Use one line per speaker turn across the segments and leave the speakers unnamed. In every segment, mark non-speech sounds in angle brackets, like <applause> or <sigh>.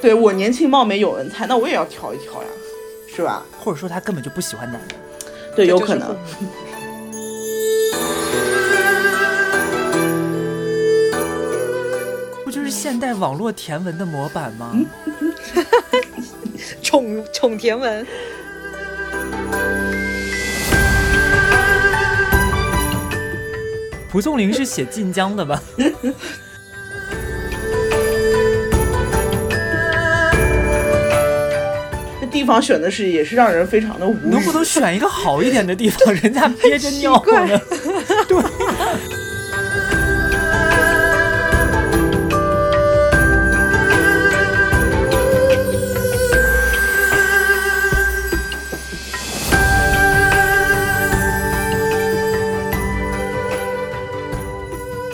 对我年轻貌美有文采，那我也要挑一挑呀，是吧？
或者说他根本就不喜欢男的。
对，
这
有
就
可
是
能
父。不就是现代网络甜文的模板吗？
宠宠甜文，
蒲松龄是写晋江的吧？
那地方选的是也是让人非常的无
能
语
不。能选一个好一点的地方？ <laughs> 人家憋着尿
怪
呢。 <laughs> 对，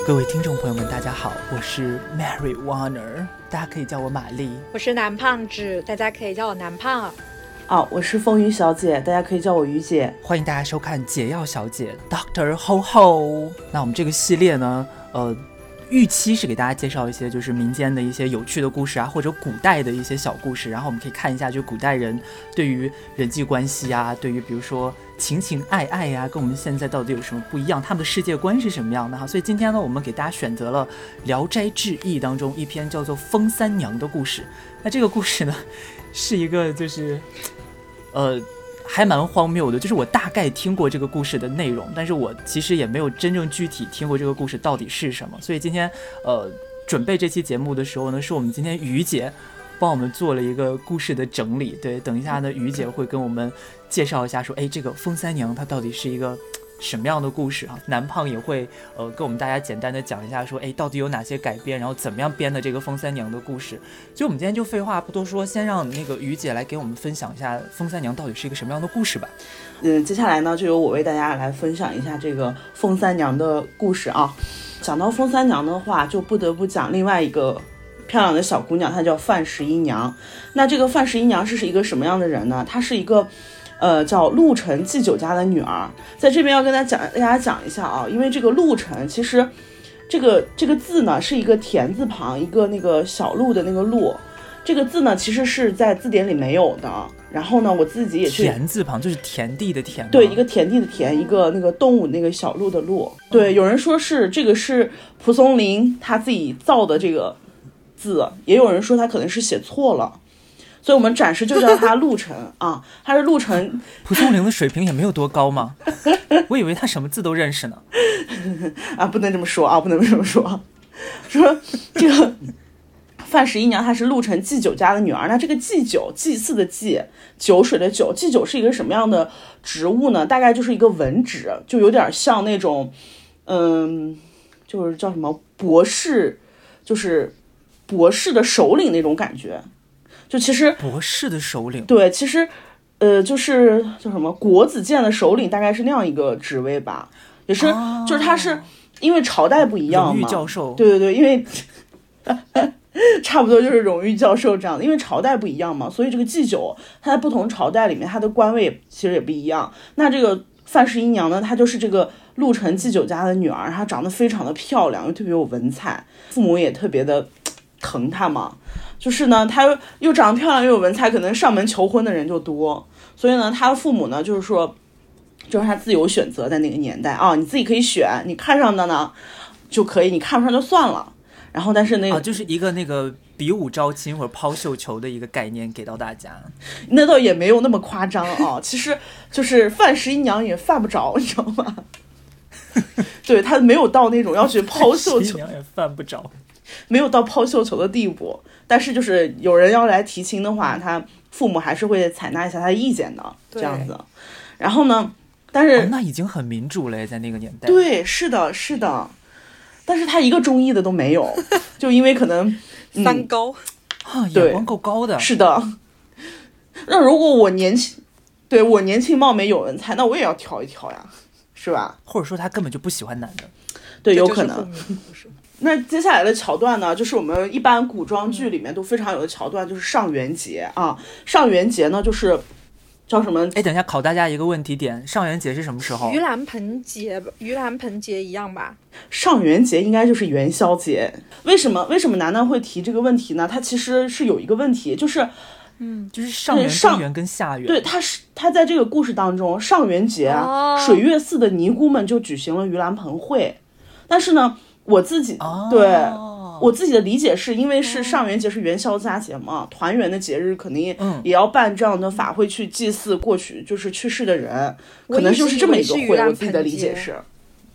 各位听众朋友们，大家好，我是 Mary Warner，大家可以叫我玛丽。
我是男胖子，大家可以叫我男胖儿。
啊，我是风云小姐，大家可以叫我于姐。
欢迎大家收看《解药小姐》Doctor Ho Ho。那我们这个系列呢，呃，预期是给大家介绍一些就是民间的一些有趣的故事啊，或者古代的一些小故事，然后我们可以看一下，就古代人对于人际关系啊，对于比如说情情爱爱呀、跟我们现在到底有什么不一样，他们的世界观是什么样的哈。所以今天呢，我们给大家选择了《聊斋志异》当中一篇叫做《封三娘》的故事。那这个故事呢，是一个就是，呃。还蛮荒谬的，就是我大概听过这个故事的内容，但是我其实也没有真正具体听过这个故事到底是什么。所以今天，呃，准备这期节目的时候呢，是我们今天于姐帮我们做了一个故事的整理。对，等一下呢，于姐会跟我们介绍一下，说，哎，这个封三娘她到底是一个。什么样的故事啊？南胖也会呃跟我们大家简单的讲一下说，哎，到底有哪些改编，然后怎么样编的这个封三娘的故事。所以，我们今天就废话不多说，先让那个于姐来给我们分享一下封三娘到底是一个什么样的故事吧。
嗯，接下来呢，就由我为大家来分享一下这个封三娘的故事啊。讲到封三娘的话，就不得不讲另外一个漂亮的小姑娘，她叫范十一娘。那这个范十一娘是是一个什么样的人呢？她是一个。呃，叫陆晨祭酒家的女儿，在这边要跟大家讲，大家讲一下啊，因为这个陆晨其实，这个这个字呢是一个田字旁，一个那个小鹿的那个鹿，这个字呢其实是在字典里没有的。然后呢，我自己也去
田字旁就是田地的田吗，
对，一个田地的田，一个那个动物那个小鹿的鹿。对，有人说是这个是蒲松龄他自己造的这个字，也有人说他可能是写错了，所以我们暂时就叫他陆晨啊，他是陆晨，
蒲松龄的水平也没有多高嘛， <laughs> 我以为他什么字都认识呢。
啊，不能这么说啊，不能这么说，说这个范十一娘她是陆晨祭酒家的女儿。那这个祭酒，祭祀的祭，酒水的酒，祭酒是一个什么样的植物呢？大概就是一个文植，就有点像那种，嗯，就是叫什么博士，就是博士的首领那种感觉。就其实
博士的首领，
对，其实。呃，就是叫什么国子监的首领，大概是那样一个职位吧，也是，就是他是因为朝代不一样
哦荣誉
嘛，
教授，
对对对，因为 <laughs> 差不多就是荣誉教授这样的，因为朝代不一样嘛，所以这个祭酒他在不同朝代里面，他的官位其实也不一样。那这个范十一娘呢，她就是这个陆晨祭酒家的女儿，她长得非常的漂亮，又特别有文采，父母也特别的疼她嘛。就是呢，她又又长得漂亮又有文采，可能上门求婚的人就多，所以呢，她的父母呢，就是说。就是她自由选择，在那个年代啊，你自己可以选，你看上的呢就可以，你看不上就算了。然后，但是那个、
啊，就是一个那个比武招亲或者抛绣球的一个概念给到大家。
那倒也没有那么夸张啊，其实就是犯十一娘也犯不着，你知道吗？ <laughs> 对他没有到那种要去 <laughs> 抛绣
新
球，
娘也犯不着，
没有到抛绣球的地步，但是就是有人要来提亲的话，他父母还是会采纳一下他的意见的，这
嗯对
样子。然后呢，但
哦
是、
那已经很民主了耶，在那个年代。，
对，是的，是的，但是他一个中意的都没
<laughs>
有，就因为可能
三高，
啊，眼
对
光够高的。
是的。那如果我年轻，对我年轻貌美有文采，那我也要挑一挑呀，是吧？
或者说他根本就不喜欢男的，
对，有
这
可
就是
能。
父母的故事
那接下来的桥段呢，就是我们一般古装剧里面都非常有的桥段，就是上元节啊。上元节呢，就是叫什么？
哎，等一下考大家一个问题点，上元节是什么时候
盂？兰盆节，盂兰盆节一样吧？
上元节应该就是元宵节。为什么为什么楠楠会提这个问题呢？它其实是有一个问题，就是
就是上元、
嗯上
中元跟下元，
对，它是它在这个故事当中，上元节啊，
哦
水月寺的尼姑们就举行了盂兰盆会，但是呢，我自己、对。我自己的理解是因为是上元节是元宵佳节嘛，团圆的节日肯定
嗯
也要办这样的法会去祭祀过去就是去世的人，可能
一直
就是
以
这么
为
一个
是盂
会。
兰
我自己的
盆
理解
节
是，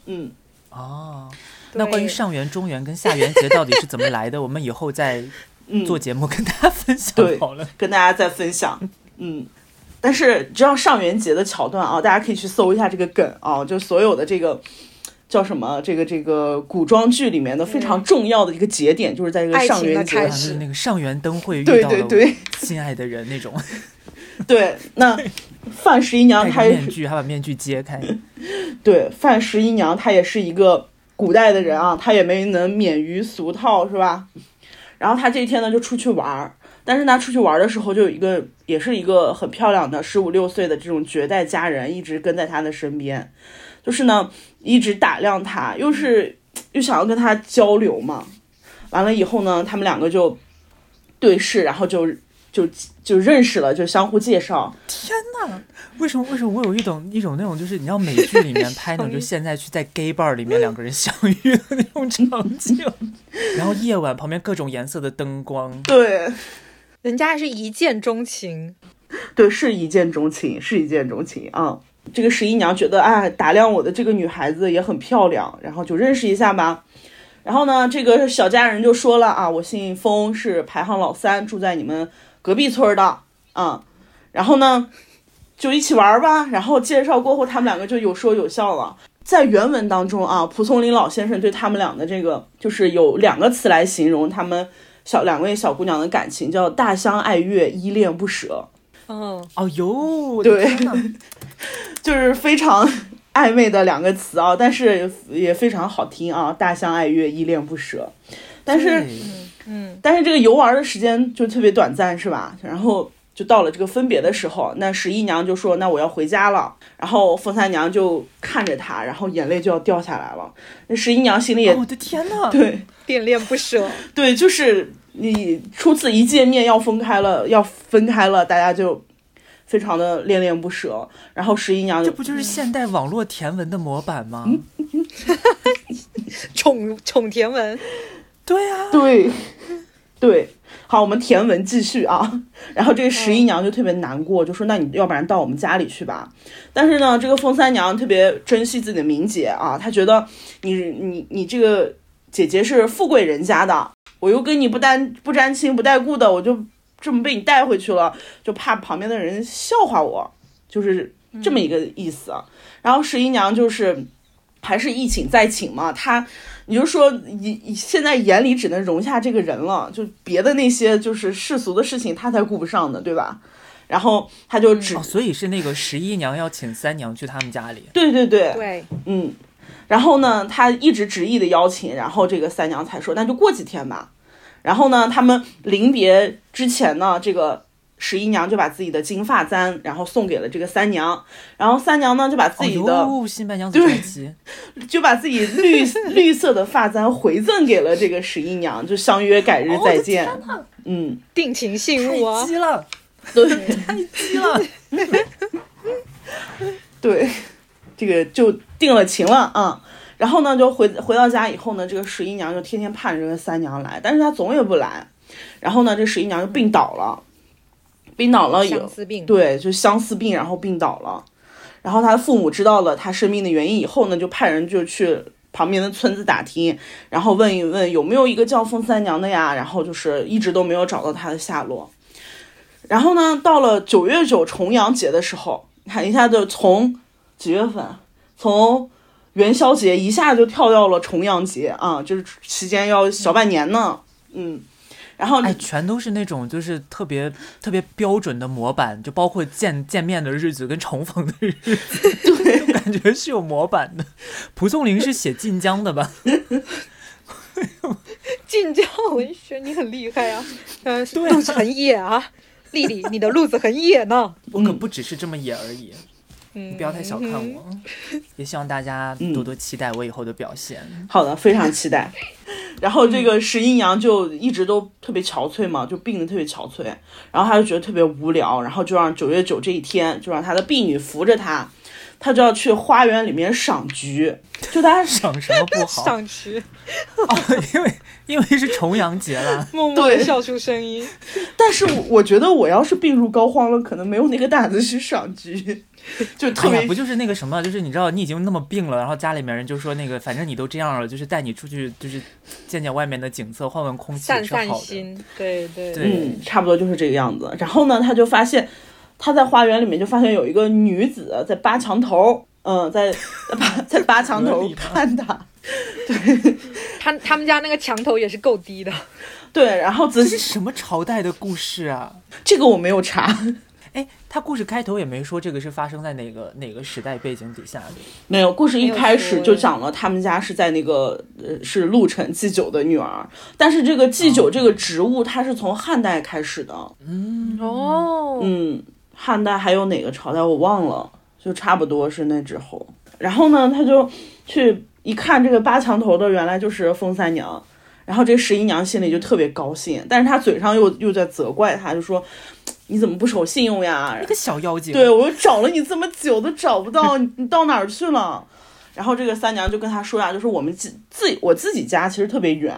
嗯，
哦。那关于
对
上元、中元跟下元节到底是怎么来的，我们以后再
嗯
做节目跟大家分享
对
好了。
跟大家再分享。嗯，但是知道上元节的桥段啊，大家可以去搜一下这个梗啊，就所有的这个叫什么这个这个古装剧里面的非常重要的一个节点，就是在这个
爱情
上元
的
节。
开
啊就是
始
那个上元灯会遇
对
到
对
了
对
心爱的人那种，
对，那范十一娘
戴着
她也
面具，还把面具揭开。
对范十一娘她也是一个古代的人啊，她也没能免于俗套，是吧？然后她这一天呢就出去玩儿，但是她出去玩儿的时候，就有一个也是一个很漂亮的十五六岁的这种绝代佳人，一直跟在她的身边，就是呢一直打量她，又是又想要跟她交流嘛。完了以后呢，他们两个就对视，然后就就就认识了，就相互介绍。
天哪，为什么为什么我有一种一种那种就是你知道美剧里面拍那种，就现在去在 gay bar 里面两个人相遇的那种场景，然后夜晚旁边各种颜色的灯光，
对，
人家是一见钟情，
对，是一见钟情，是一见钟情啊。这个十一娘觉得，哎，打量我的这个女孩子也很漂亮，然后就认识一下吧。然后呢，这个小家人就说了啊，我姓封，是排行老三，住在你们隔壁村儿的啊。然后呢，就一起玩儿吧。然后介绍过后，他们两个就有说有笑了。在原文当中啊，蒲松龄老先生对他们俩的这个，就是有两个词来形容他们小两位小姑娘的感情，叫大相爱悦，依恋不舍。
嗯，
哦呦，我的
对
天哪
就是非常暧昧的两个词啊，但是 <laughs> 也非常好听啊，大相爱悦，依恋不舍。但是
对
嗯，
但是这个游玩的时间就特别短暂，是吧？然后就到了这个分别的时候，那十一娘就说：“那我要回家了。”然后冯三娘就看着她，然后眼泪就要掉下来了。那十一娘心里也、
哦我的天哪，
对
恋恋不舍， <laughs>
对，就是你初次一见面要分开了，要分开了，大家就非常的恋恋不舍。然后十一娘
这
就
不就是现代网络甜文的模板吗？
嗯
宠宠甜文，
对 <laughs> 啊，
对，对，好，我们甜文继续啊。然后这个十一娘就特别难过，就说那你要不然到我们家里去吧。但是呢，这个封三娘特别珍惜自己的名节啊，她觉得你你你这个姐姐是富贵人家的，我又跟你不单不沾亲不带故的，我就这么被你带回去了，就怕旁边的人笑话我，就是这么一个意思。啊。然后十一娘就是还是一请再请嘛，她你就说你你现在眼里只能容下这个人了，就别的那些就是世俗的事情她才顾不上的，对吧？然后她就只、
哦，所以是那个十一娘要请三娘去他们家里，
对对对，
对，
嗯，然后呢，他一直执意的邀请，然后这个三娘才说那就过几天吧。然后呢，他们临别之前呢，这个十一娘就把自己的金发簪，然后送给了这个三娘，然后三娘呢就把自
哦
己的、
呦，新白娘子传奇，
就把自己绿绿色的发簪回赠给了这个十一娘，就相约改日
哦
再
我的
见。
天哪 <laughs>
嗯，
定情信物
太
啊，
鸡了，
对。
太鸡了，
<laughs> 对，这个就定了情了啊。然后呢，就回回到家以后呢，这个十一娘就天天盼着这个三娘来，但是她总也不来。然后呢，这十一娘就病倒了，病倒了以后
相，思病，
对，就相思病，然后病倒了。然后她的父母知道了她生病的原因以后呢，就派人就去旁边的村子打听，然后问一问有没有一个叫封三娘的呀，然后就是一直都没有找到她的下落。然后呢，到了九月九重阳节的时候，看一下就从几月份，啊从元宵节一下就跳到了重阳节啊，就是期间要小半年呢，嗯。然后
哎，全都是那种就是特别特别标准的模板，就包括见见面的日子跟重逢的日子，就感觉是有模板的。蒲松龄是写晋江的吧？
晋江文学，你很厉 <laughs> 害啊，嗯、路 <laughs> 子很野啊，丽丽，你的路子很野呢，
嗯
我可不只是这么野而已。你不要太小看我，也希望大家多多期待我以后的表现。
<laughs> 好的，非常期
<laughs>
待。然后这
嗯
个石阴阳就一直都特别憔悴嘛，就病得特别憔悴，然后他就觉得特别无聊，然后就让九月九这一天就让他的婢女扶着他，他就要去花园里面赏菊，就他
赏什么不好？
上去，
哦，因为因为是重阳节啦，
默默的
对
笑出声音。
但是我我觉得我要是病入膏肓了，可能没有那个胆子去赏菊，就特
哎
别、
呀，不就是那个什么，就是你知道你已经那么病了，然后家里面人就说那个，反正你都这样了，就是带你出去，就是见见外面的景色，换换空气
散
是
散
好的。
心，对对
对
嗯，差不多就是这个样子。然后呢，他就发现他在花园里面就发现有一个女子在扒墙头，嗯，在 <laughs> 在扒在扒墙
合
头
理吧
看他，
他他们家那个墙头也是够低的，
对，然后仔
这是
细
什么朝代的故事啊？
这个我没有查，
哎，他故事开头也没说这个是发生在哪个哪个时代背景底下的。
没有故事一
没有
开
说
始就讲了他们家是在那个呃是陆沉祭酒的女儿，但是这个祭酒这个职务它是从汉代开始的，
哦，
嗯，汉代还有哪个朝代我忘了，就差不多是那之后。然后呢，他就去一看这个八墙头的原来就是封三娘，然后这十一娘心里就特别高兴，但是她嘴上又又在责怪他，就说你怎么不守信用呀
那？个小妖精，
对我找了你这么久都找不到，你你到哪儿去了？然后这个三娘就跟他说呀、就是我们自自我自己家其实特别远，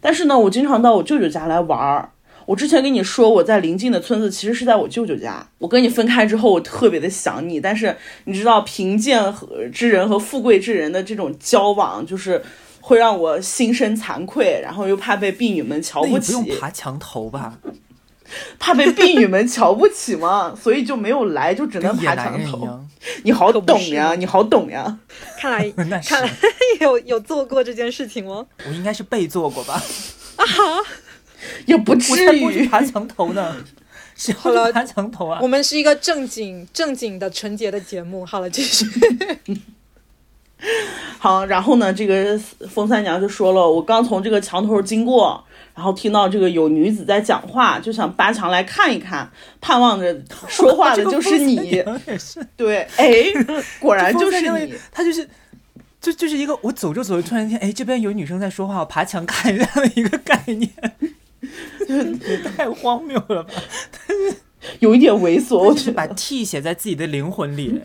但是呢，我经常到我舅舅家来玩儿。我之前跟你说，我在邻近的村子其实是在我舅舅家。我跟你分开之后，我特别的想你，但是你知道，贫贱和之人和富贵之人的这种交往，就是会让我心生惭愧，然后又怕被婢女们瞧
那也
不
不
起。
用爬墙头吧？
怕被婢女们瞧不起嘛，所以就没有来，就只能
跟野
爬
男
墙
人一
头。
样，
你好
可不
懂
是
呀，
嘛
你好懂呀。
看 <laughs> 来
那是
看来有有做过这件事情哦。
我应该是被做过吧？
也不
我才
至
不是
于。
爬墙头呢，谁
好了
会爬墙头啊
我？们是一个正经正经的纯洁的节目。好了，继续。
好，然后呢，这个封三娘就说了，我刚从这个墙头经过，然后听到这个有女子在讲话，就想扒墙来看一看，盼望着说话的就是 <laughs> 你。
也是，
对，哎，果然就 <laughs>
这风扇
是
那
你
位。，他就是。就就是一个我走着走着，突然间，哎，这边有女生在说话，我爬墙看一下的一个概念， <laughs> 太荒谬了吧！
有一点猥琐，我
就
觉
是把
得。
T 写在自己的灵魂里，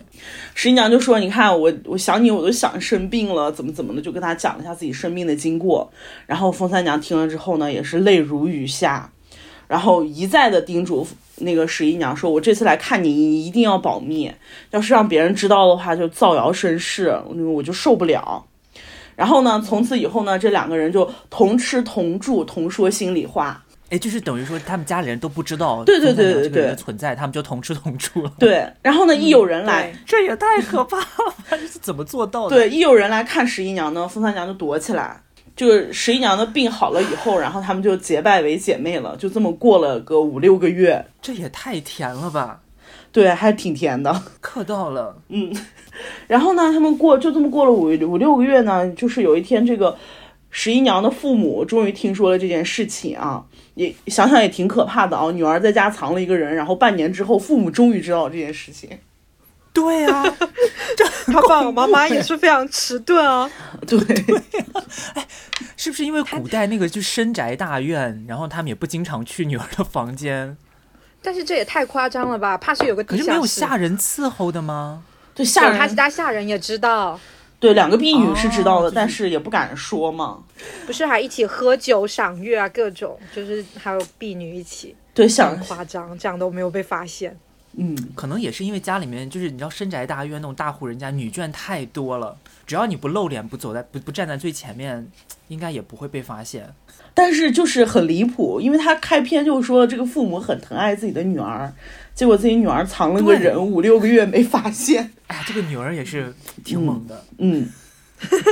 十一娘就说：“你看我，我想你，我都想生病了，怎么怎么的，就跟她讲了一下自己生病的经过。”然后封三娘听了之后呢，也是泪如雨下，然后一再的叮嘱那个十一娘说：“我这次来看你，你一定要保密，要是让别人知道的话，就造谣生事，我就受不了。”然后呢，从此以后呢，这两个人就同吃同住，同说心里话。
哎，就是等于说他们家里人都不知道
对对对
这个人的
对对
存在，他们就同吃同住了。
对，然后呢，一有人来，
对
这也太可怕了，吧！ <laughs> 这是怎么做到的？
对，一有人来看十一娘呢，封三娘就躲起来。就是十一娘的病好了以后，然后她们就结拜为姐妹了，就这么过了个五六个月，
这也太甜了吧！
对，还挺甜的。 <laughs>
磕到了，
然后呢，她们过就这么过了五五六个月呢，就是有一天，这个十一娘的父母终于听说了这件事情啊，也想想也挺可怕的啊，女儿在家藏了一个人，然后半年之后，父母终于知道这件事情。 <laughs>
对啊，
他爸爸妈妈也是非常迟钝啊。
对，
是不是因为古代那个就深宅大院，然后他们也不经常去女儿的房间，
<laughs> 但是这也太夸张了吧？怕是有个
可
地
是
下
没有
室
下人伺候的吗？
对，吓
有他其
人。
他下人也知道，
对，两个婢女是知道的，
哦
但是也不敢说嘛。
不是还一起喝酒赏月啊，各种就是还有婢女一起，
对，
这
想
样，夸张，这样都没有被发现。
嗯，
可能也是因为家里面就是你知道深宅大院那种大户人家女眷太多了，只要你不露脸，不走在不不站在最前面，应该也不会被发现。
但是就是很离谱，因为他开篇就说了这个父母很疼爱自己的女儿，结果自己女儿藏了个
对
人五六个月没发现。
哎呀，这个女儿也是挺猛的，
嗯，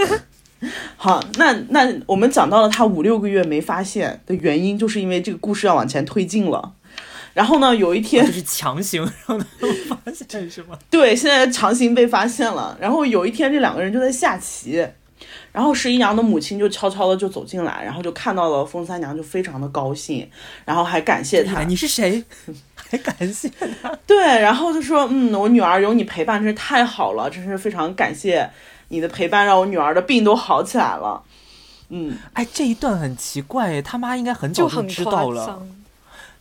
<laughs> 好，那那我们讲到了他五六个月没发现的原因，就是因为这个故事要往前推进了。然后呢，有一
嗯
天
就，是强行让他们发现
<laughs>
是吗？
啊对，现在强行被发现了。然后有一天，这两个人就在下棋，然后十一娘的母亲就悄悄的就走进
哎
来，然后就看到了封三娘，就非常的高兴，然后还感谢她。
你是谁？来感谢他。
对，然后就说，嗯，我女儿有你陪伴真是太好了，真是非常感谢你的陪伴，让我女儿的病都好起来了。嗯，
哎，这一段很奇怪，他妈应该很早
就
就
很
知
夸
道了，
张。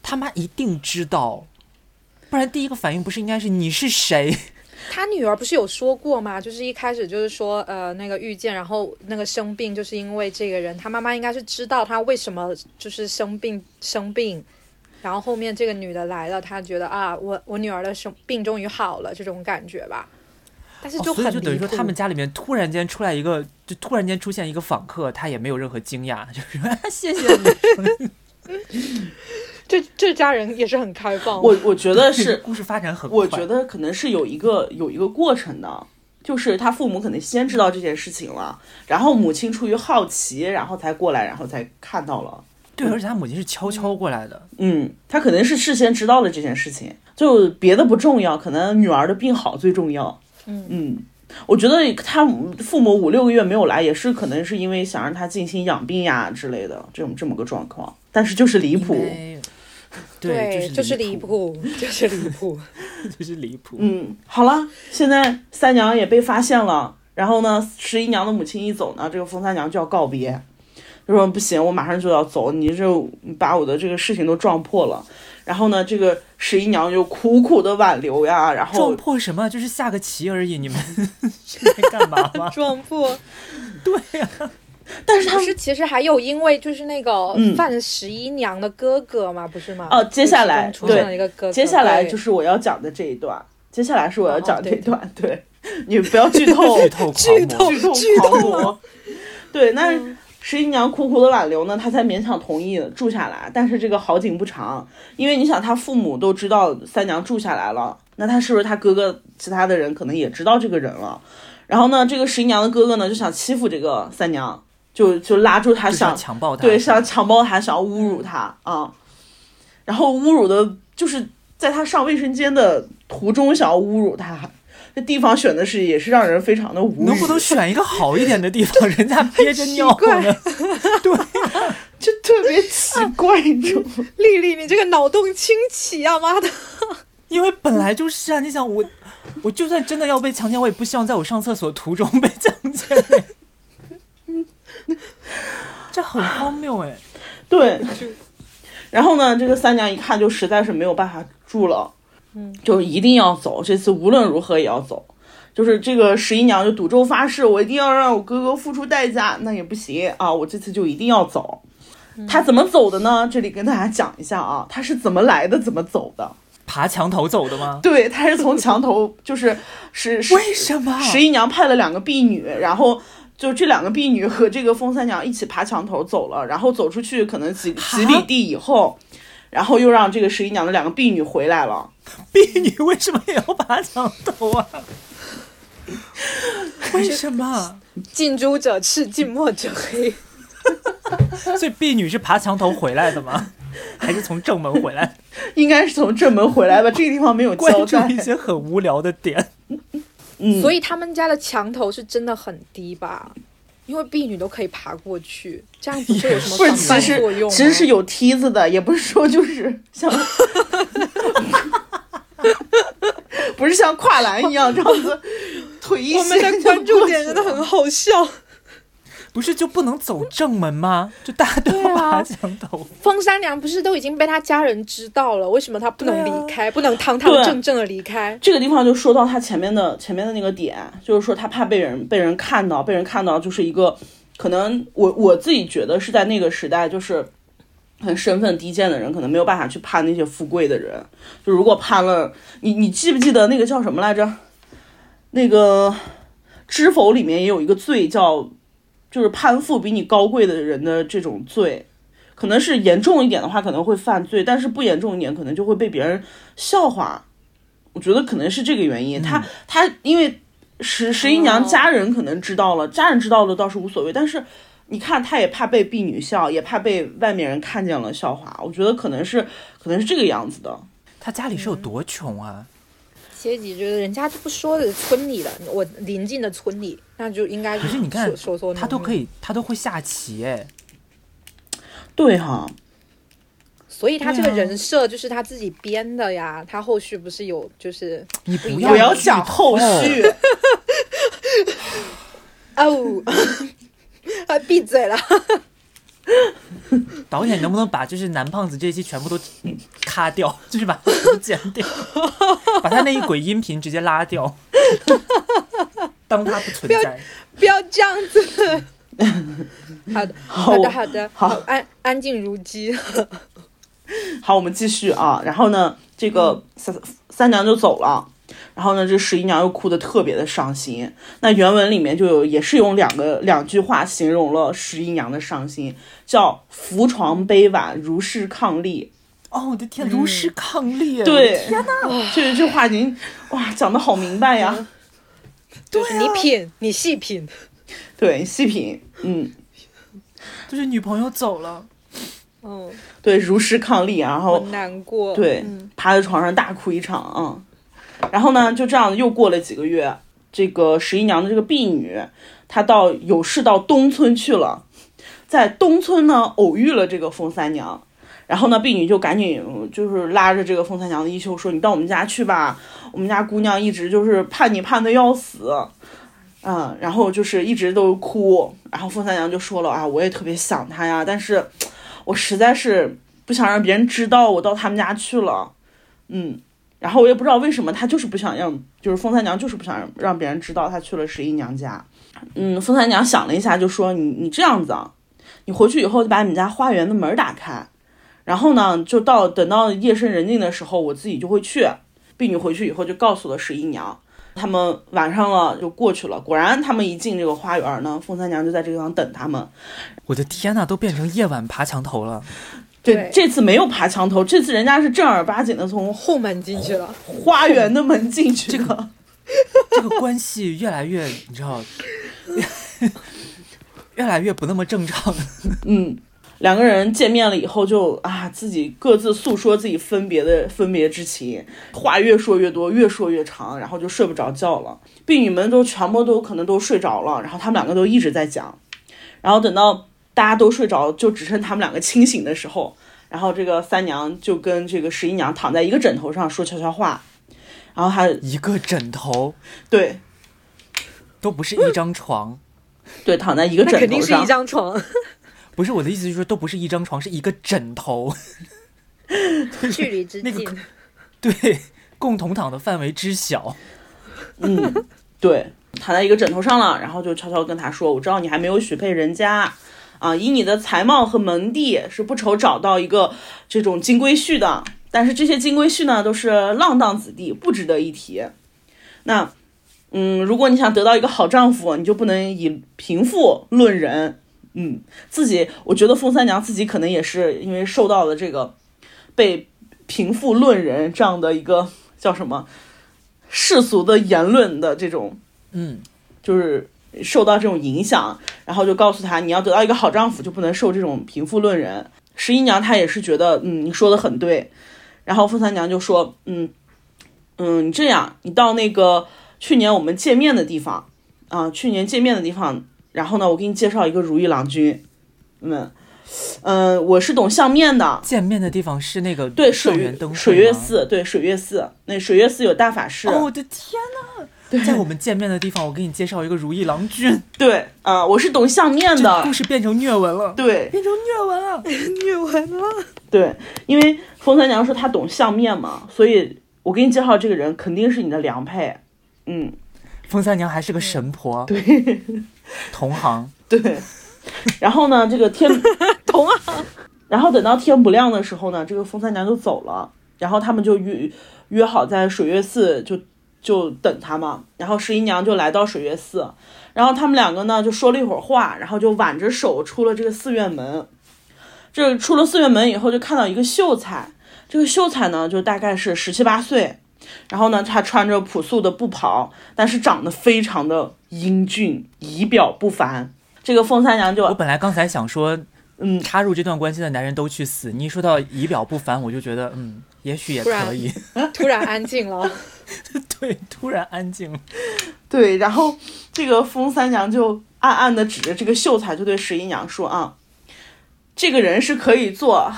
他妈一定知道，不然第一个反应不是应该是你是谁？
他女儿不是有说过吗？就是一开始就是说，呃，那个遇见，然后那个生病，就是因为这个人，他妈妈应该是知道他为什么就是生病生病，然后后面这个女的来了，他觉得啊，我我女儿的生病终于好了，这种感觉吧。但是
哦所
很
以
离
就
谱、
等于说他们家里面突然间出来一个，就突然间出现一个访客，他也没有任何惊讶，就是说谢谢你。
这这家人也是很开放。
我我觉得
这个
是，
<laughs> 故事发展很快，
我觉得可能是有一个有一个过程的，就是他父母可能先知道这件事情了，然后母亲出于好奇，然后才过来，然后才看到了。
对，而且他母亲是悄悄过来的，
嗯，他可能是事先知道了这件事情，就别的不重要，可能女儿的病好最重要。
嗯
我觉得他父母五六个月没有来，也是可能是因为想让他尽心养病呀之类的，这种这么个状况。但是就是离
离
谱，。
对，
就是离
谱，
谱，就是离谱。？
就是离谱。
嗯，好了，现在三娘也被发现了，然后呢，十一娘的母亲一走呢，这个冯三娘就要告别，就说不行，我马上就要走，你这你把我的这个事情都撞破了。然后呢，这个十一娘就苦苦的挽留呀，然后
撞破什么？就是下个棋而已，你们 <laughs> 是在干嘛吗
撞破，
但是他
不
们
是其实还有因为就是那个
嗯
范十一娘的哥哥嘛，不是吗？
哦接下来
就是中出
对
现了一个哥哥，
接下来
对
就是我要讲的这一段，接下来是我要讲这一
哦对
段，对 <laughs> 你不要剧透，
剧透狂魔
<laughs> <laughs> 剧透嗯
剧痛
剧
狂
痛
魔。对，那十一娘苦苦的挽留呢，她才勉强同意住下来。但是这个好景不长，因为你想，她父母都知道三娘住下来了，那她是不是她哥哥其他的人可能也知道这个人了？然后呢，这个十一娘的哥哥呢就想欺负这个三娘，就就拉住她
就是要
想
强暴他，
对，想强暴她，想要侮辱她啊。然后侮辱的就是在她上卫生间的途中想要侮辱她，这地方选的是也是让人非常的无语。
能不能选一个好一点的地方？人家憋着尿
怪
呢。
就特别奇怪，你知道吗？
丽丽，你这个脑洞清奇啊，妈的！
因为本来就是啊，你想我， <laughs> 我就算真的要被强奸，我也不希望在我上厕所途中被强奸、 <laughs> 这很荒谬哎、
对。然后呢，这个三娘一看就实在是没有办法住了，嗯，就一定要走，这次无论如何也要走。就是这个十一娘就赌咒发誓，我一定要让我哥哥付出代价，那也不行啊，我这次就一定要走。她怎么走的呢？这里跟大家讲一下啊，她是怎么来的，怎么走的。
爬墙头走的吗？
对，她是从墙头，就是是是
为什
啊
么？
十一娘派了两个婢女，然后就这两个婢女和这个风三娘一起爬墙头走了，然后走出去可能几
啊
哈
几里地以后，然后又让这个十一娘的两个婢女回来了。
婢女为什么也要爬墙头 <laughs> 啊？为什么？
近朱者赤，近墨者黑。
所以婢女是爬墙头回来的 <laughs> 吗？还是从正门回 <laughs> 来？
应该是从正门回来吧，这个地方没有
关
交
注
代
一。些很无聊的点。
嗯，
所
以
以他们家的墙头是真的很低吧？因为婢女都可以爬过去，这样不会有什么
不是，
防
其
范作
实
用吗？
其实是有梯子的，也不是说就是像，不是像跨栏一样这样子，腿一
我们
掀
的
就
关注
过去
点真的
了
很好笑。
不是就不能走正门吗？就大家都要
对啊
爬墙头。
风三娘不是都已经被她家人知道了，为什么她不能
对啊
离开，不能堂堂
对
正正的离开？
这个地方就说到他前面的前面的那个点，就是说他怕被人被人看到，被人看到就是一个可能我我自己觉得是在那个时代，就是很身份低贱的人，可能没有办法去判那些富贵的人。就如果判了你，你记不记得那个叫什么来着？那个《知否》里面也有一个罪叫，就是攀附比你高贵的人的这种罪。可能是严重一点的话，可能会犯罪；但是不严重一点，可能就会被别人笑话。我觉得可能是这个原因。他他因为十十一娘
哦
家人可能知道了，家人知道了倒是无所谓，但是你看他也怕被婢女笑，也怕被外面人看见了笑话。我觉得可能是可能是这个样子的。
他家里是有多穷啊？
阶级就是人家就不说的村里了，我邻近的村里，那就应该就
可是你看
说说说，
他都可
以，
以，他都会下棋哎。
对哈、
所以他这
对
个
啊
人设就是他自己编的呀。他后续不是有就是
你不
不要
剧
讲后
透
续，
哦， <laughs> 啊闭嘴了， <laughs>
导演能不能把就是男胖子这一期全部都咔掉，就是把它全部剪掉， <laughs> 把他那一轨音频直接拉掉， <laughs> 当他不存在。
不要这样
<laughs>
子。好的，好
我
的，好的，
好
安安静如鸡。 <laughs>
好，我们继续啊。然后呢，这个三三娘就走了，然后呢，这十一娘又哭得特别的伤心。那原文里面就有，也是用两个两句话形容了十一娘的伤心，叫扶床杯碗，如是伉俪。
哦，我的天，如实抗力，
嗯对，，天哪，这这话已经哇讲的好明白呀。啊
就是你品，你细品。
对，细品，嗯，
就是女朋友走了，
嗯，
对，如是伉俪。啊然
好
后
难过。
哦对，趴在床上大哭一场啊、嗯。然后呢，就这样又过了几个月，这个十一娘的这个婢女，她到有事到东村去了，在东村呢偶遇了这个封三娘。然后呢，婢女就赶紧嗯就是拉着这个封三娘的衣袖说：“你到我们家去吧，我们家姑娘一直就是盼你盼的要死，嗯，然后就是一直都哭。然后封三娘就说了啊，我也特别想她呀，但是我实在是不想让别人知道我到他们家去了，嗯，然后我也不知道为什么她就是不想让，就是封三娘就是不想让让别人知道她去了十一娘家，嗯，封三娘想了一下就说你你这样子啊，你回去以后就把你们家花园的门打开，然后呢就到等到夜深人静的时候，我自己就会去。婢女回去以后就告诉了十一娘，他们晚上了就过去了。果然他们一进这个花园呢，封三娘就在这个地方等他们。
我的天呐，都变成夜晚爬墙头了。
对
对，
这次没有爬墙头，这次人家是正儿八经的从
后门进去
哦
了。
花园的门进去的。
这个关系越来越，你知道， <laughs> 越来越不那么正常。
嗯， <laughs> 两个人见面了以后就啊，自己各自诉说自己分别的分别之情，话越说越多，越说越长，然后就睡不着觉了。婢女们都全部都可能都睡着了，然后他们两个都一直在讲，然后等到大家都睡着，就只剩他们两个清醒的时候，然后这个三娘就跟这个十一娘躺在一个枕头上说悄悄话，然后还
一个枕头
对
都不是一张床，
对躺在一个
那
枕头上，
肯定是一张床，
不是我的意思，就是说都不是一张床，是一个枕头。 <laughs>
距离之
那个
近。
对，共同躺的范围之小。
嗯，对，躺在一个枕头上了，然后就悄悄跟他说：“我知道你还没有许配人家，啊，以你的才貌和门第是不愁找到一个这种金龟婿的。但是这些金龟婿呢，都是浪荡子弟，不值得一提。那，嗯，如果你想得到一个好丈夫，你就不能以贫富论人。嗯，自己我觉得封三娘自己可能也是因为受到了这个被贫富论人这样的一个叫什么世俗的言论的这种
嗯，
就是受到这种影响，然后就告诉他，你要得到一个好丈夫，就不能受这种贫富论人。十一娘她也是觉得，嗯，你说的很对。然后封三娘就说，嗯嗯，你这样，你到那个去年我们见面的地方啊，去年见面的地方，然后呢，我给你介绍一个如意郎君，嗯嗯、呃我是懂相面的，
见面的地方是那个
对
校
水
园
月
灯会
水月
吗。
寺，对水月寺，那水月寺有大法师，
哦，我的天呐！在我们见面的地方，我给你介绍一个如意郎君。
对啊、我是懂相面
这
的
故，事变成虐文了，
对
变成虐文了。
虐文
啊
了，
对，因为封三娘说她懂相面嘛，所以我给你介绍这个人肯定是你的良配，嗯，
封三娘还是个神婆，对，同行。
对。然后呢，这个天
<laughs> 懂啊？
然后等到天不亮的时候呢，这个封三娘就走了，然后他们就约约好在水月寺就就等他嘛。然后十一娘就来到水月寺，然后他们两个呢就说了一会儿话，然后就挽着手出了这个寺院门。这出了寺院门以后，就看到一个秀才，这个秀才呢就大概是十七八岁，然后呢他穿着朴素的布袍，但是长得非常的英俊，仪表不凡。这个封三娘就
我本来刚才想说，
嗯，
插入这段关系的男人都去死。你一说到仪表不凡，我就觉得，嗯，也许也
突然
可以。 <laughs>
突然安静了，
<laughs>
对，突然安静了。
对，然后这个封三娘就暗暗的指着这个秀才，就对十一娘说啊，这个人是可以做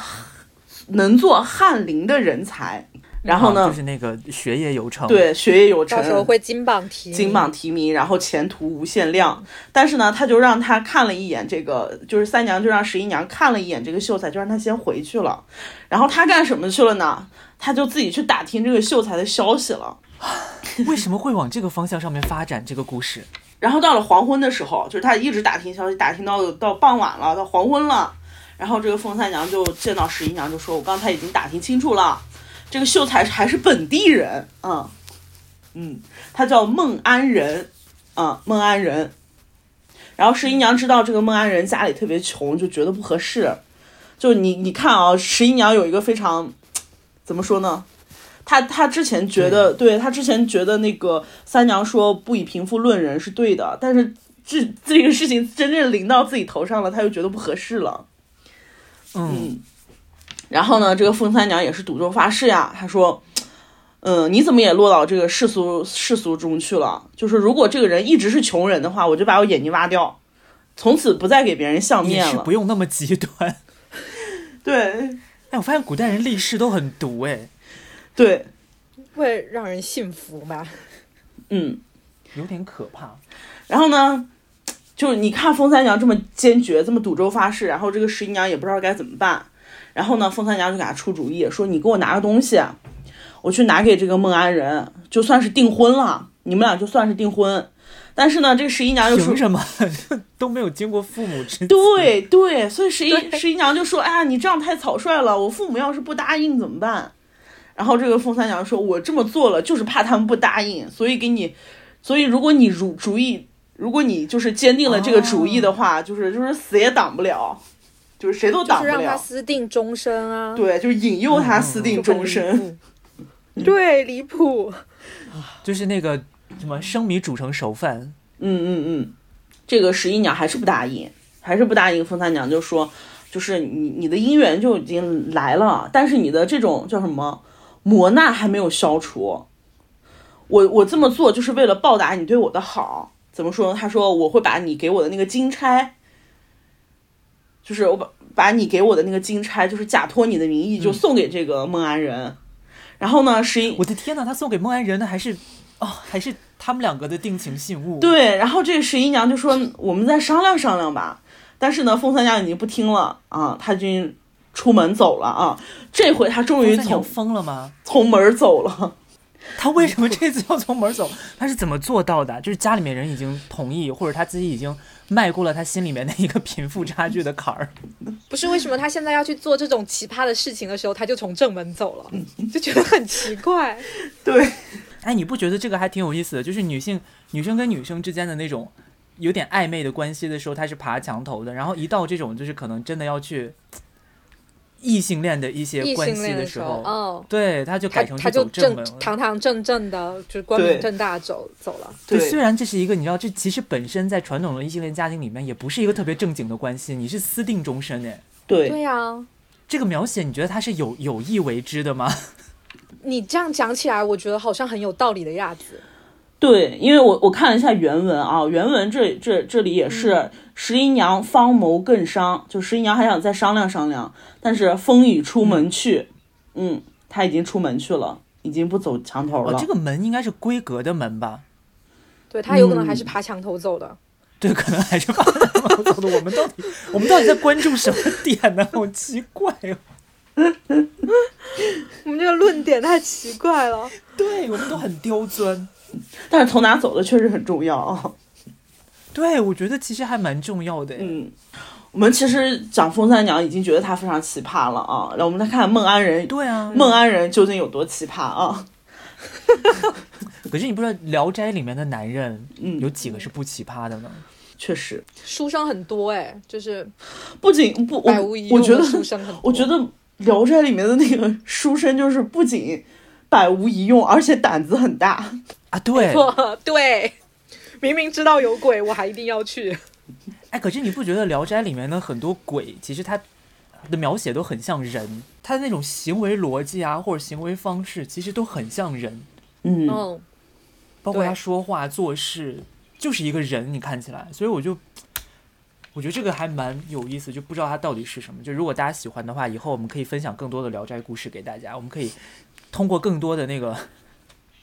能做翰林的人才。然后呢，
啊就是那个学业有成，，
对学业有成，
到时候会金榜题名。
金榜题名，然后前途无限量。但是呢，他就让他看了一眼这个，就是三娘就让十一娘看了一眼这个秀才，就让他先回去了。然后他干什么去了呢？他就自己去打听这个秀才的消息了。
为什么会往这个方向上面发展这个故事？
然后到了黄昏的时候，就是他一直打听消息，打听到到傍晚了，到黄昏了。然后这个封三娘就见到十一娘，就说：“我刚才已经打听清楚了，这个秀才还是本地人，嗯嗯，他叫孟安仁，啊、孟安仁。”然后十一娘知道这个孟安仁家里特别穷，就觉得不合适。就你你看啊，十一娘有一个非常怎么说呢？她她之前觉得，对她之前觉得那个三娘说不以贫富论人是对的，但是这 <laughs> 这个事情真正临到自己头上了，她又觉得不合适了。
嗯，
然后呢，这个封三娘也是赌咒发誓呀，她说。嗯，你怎么也落到这个世俗世俗中去了？就是如果这个人一直是穷人的话，我就把我眼睛挖掉，从此不再给别人相
也
面
是
了
不。用那么
<laughs>
极端。
对
哎，我发现古代人立誓都很毒哎，
对，
会让人信服吧？
嗯，
有点可怕。
然后呢，就是你看封三娘这么坚决，这么赌咒发誓，然后这个十一娘也不知道该怎么办。然后呢，封三娘就给她出主意，说你给我拿个东西，啊我去拿给这个孟安仁，就算是订婚了，你们俩就算是订婚。但是呢，这个十一娘又说
凭，什么 <laughs> 都没有经过父母之？
对
<laughs>
对，所以十一十一娘就说：“哎呀，你这样太草率了，我父母要是不答应怎么办？”然后这个封三娘说：“我这么做了，就是怕他们不答应，所以给你，所以如果你如主意，如果你就是坚定了这个主意
哦
的话，就是就是死也挡不了，就是谁都
就
挡
是
不
让他
了。
私定终身啊，
对，就是引诱他私
嗯
定
就很
终
离
身。
<laughs> 谱。对，离谱。
就是那个什么生米煮成熟饭，
嗯嗯嗯，这个十一娘还是不答应，还是不答应。封三娘就说，就是你你的姻缘就已经来了，但是你的这种叫什么磨难还没有消除。我我这么做就是为了报答你对我的好。怎么说呢？他说我会把你给我的那个金钗，就是我把把你给我的那个金钗，就是假托你的名义就送给这个孟安仁。然后呢，十一
我的天呐，他送给孟安仁的还是哦，还是他们两个的定情信物。，
对，然后这个十一娘就说我们再商量商量吧。但是呢，封三娘已经不听了啊，她已经出门走了啊。这回她终于
那娘
从
疯了吗？
从门儿走了，
他为什么这次要从门儿走？他是怎么做到的？就是家里面人已经同意，或者他自己已经迈过了他心里面的一个贫富差距的坎儿。
不是为什么他现在要去做这种奇葩的事情的时候，他就从正门走了，就觉得很奇怪。
对，
哎，你不觉得这个还挺有意思的？就是女性、女生跟女生之间的那种有点暧昧的关系的时候，她是爬墙头的，然后一到这种就是可能真的要去异性恋的一些
异
关
性
系
恋
的
的
时
时
候，
候，嗯，
对，她就
他
改成
他
去
就
走正
正
门。
堂堂正正的，就是光
对
明正大走走了。
<laughs> 对，虽然这是一个你知道，这其实本身在传统的异性恋家庭里面也不是一个特别正经的关系，你是私定终身哎。
对，
对啊，
这个描写，你觉得他是有有意为之的吗？
你这样讲起来，我觉得好像很有道理的样子。
对，因为我我看了一下原文啊，原文这这这里也是
嗯
十一娘方谋更商，就十一娘还想再商量商量，但是风雨出门去，嗯，她已经出门去了，已经不走墙头
哦
了。，
这个门应该是闺阁的门吧？
对他有可能还是爬墙头走的。
对，可能还是把他们走的。我们到底我们到底在关注什么点呢？好奇怪哦。
我们这个论点太奇怪了。
<laughs> 对，我们都很刁钻。
但是从哪走的确实很重要啊。
对，我觉得其实还蛮重要的。
嗯，我们其实讲封三娘已经觉得她非常奇葩了啊，然后我们再看看孟安仁，
对啊，
孟安仁究竟有多奇葩啊？
可是你不知道《聊斋》里面的男人
嗯
有几个是不奇葩的呢？
确实，
书生很多哎、就是
不仅不
百无
我
一
我
用
觉
的
得
书生很多。
我觉得《聊斋》里面的那个书生就是不仅百无一用，而且胆子很大。
啊，对。
错， <laughs> 对，明明知道有鬼，我还一定要去。
哎，可是你不觉得《聊斋》里面的很多鬼，其实他的描写都很像人，他的那种行为逻辑啊，或者行为方式，其实都很像人。
嗯，
嗯，
包括他
对
说话做事，就是一个人，你看起来，所以我就我觉得这个还蛮有意思，就不知道它到底是什么。就如果大家喜欢的话，以后我们可以分享更多的聊斋故事给大家，我们可以通过更多的那个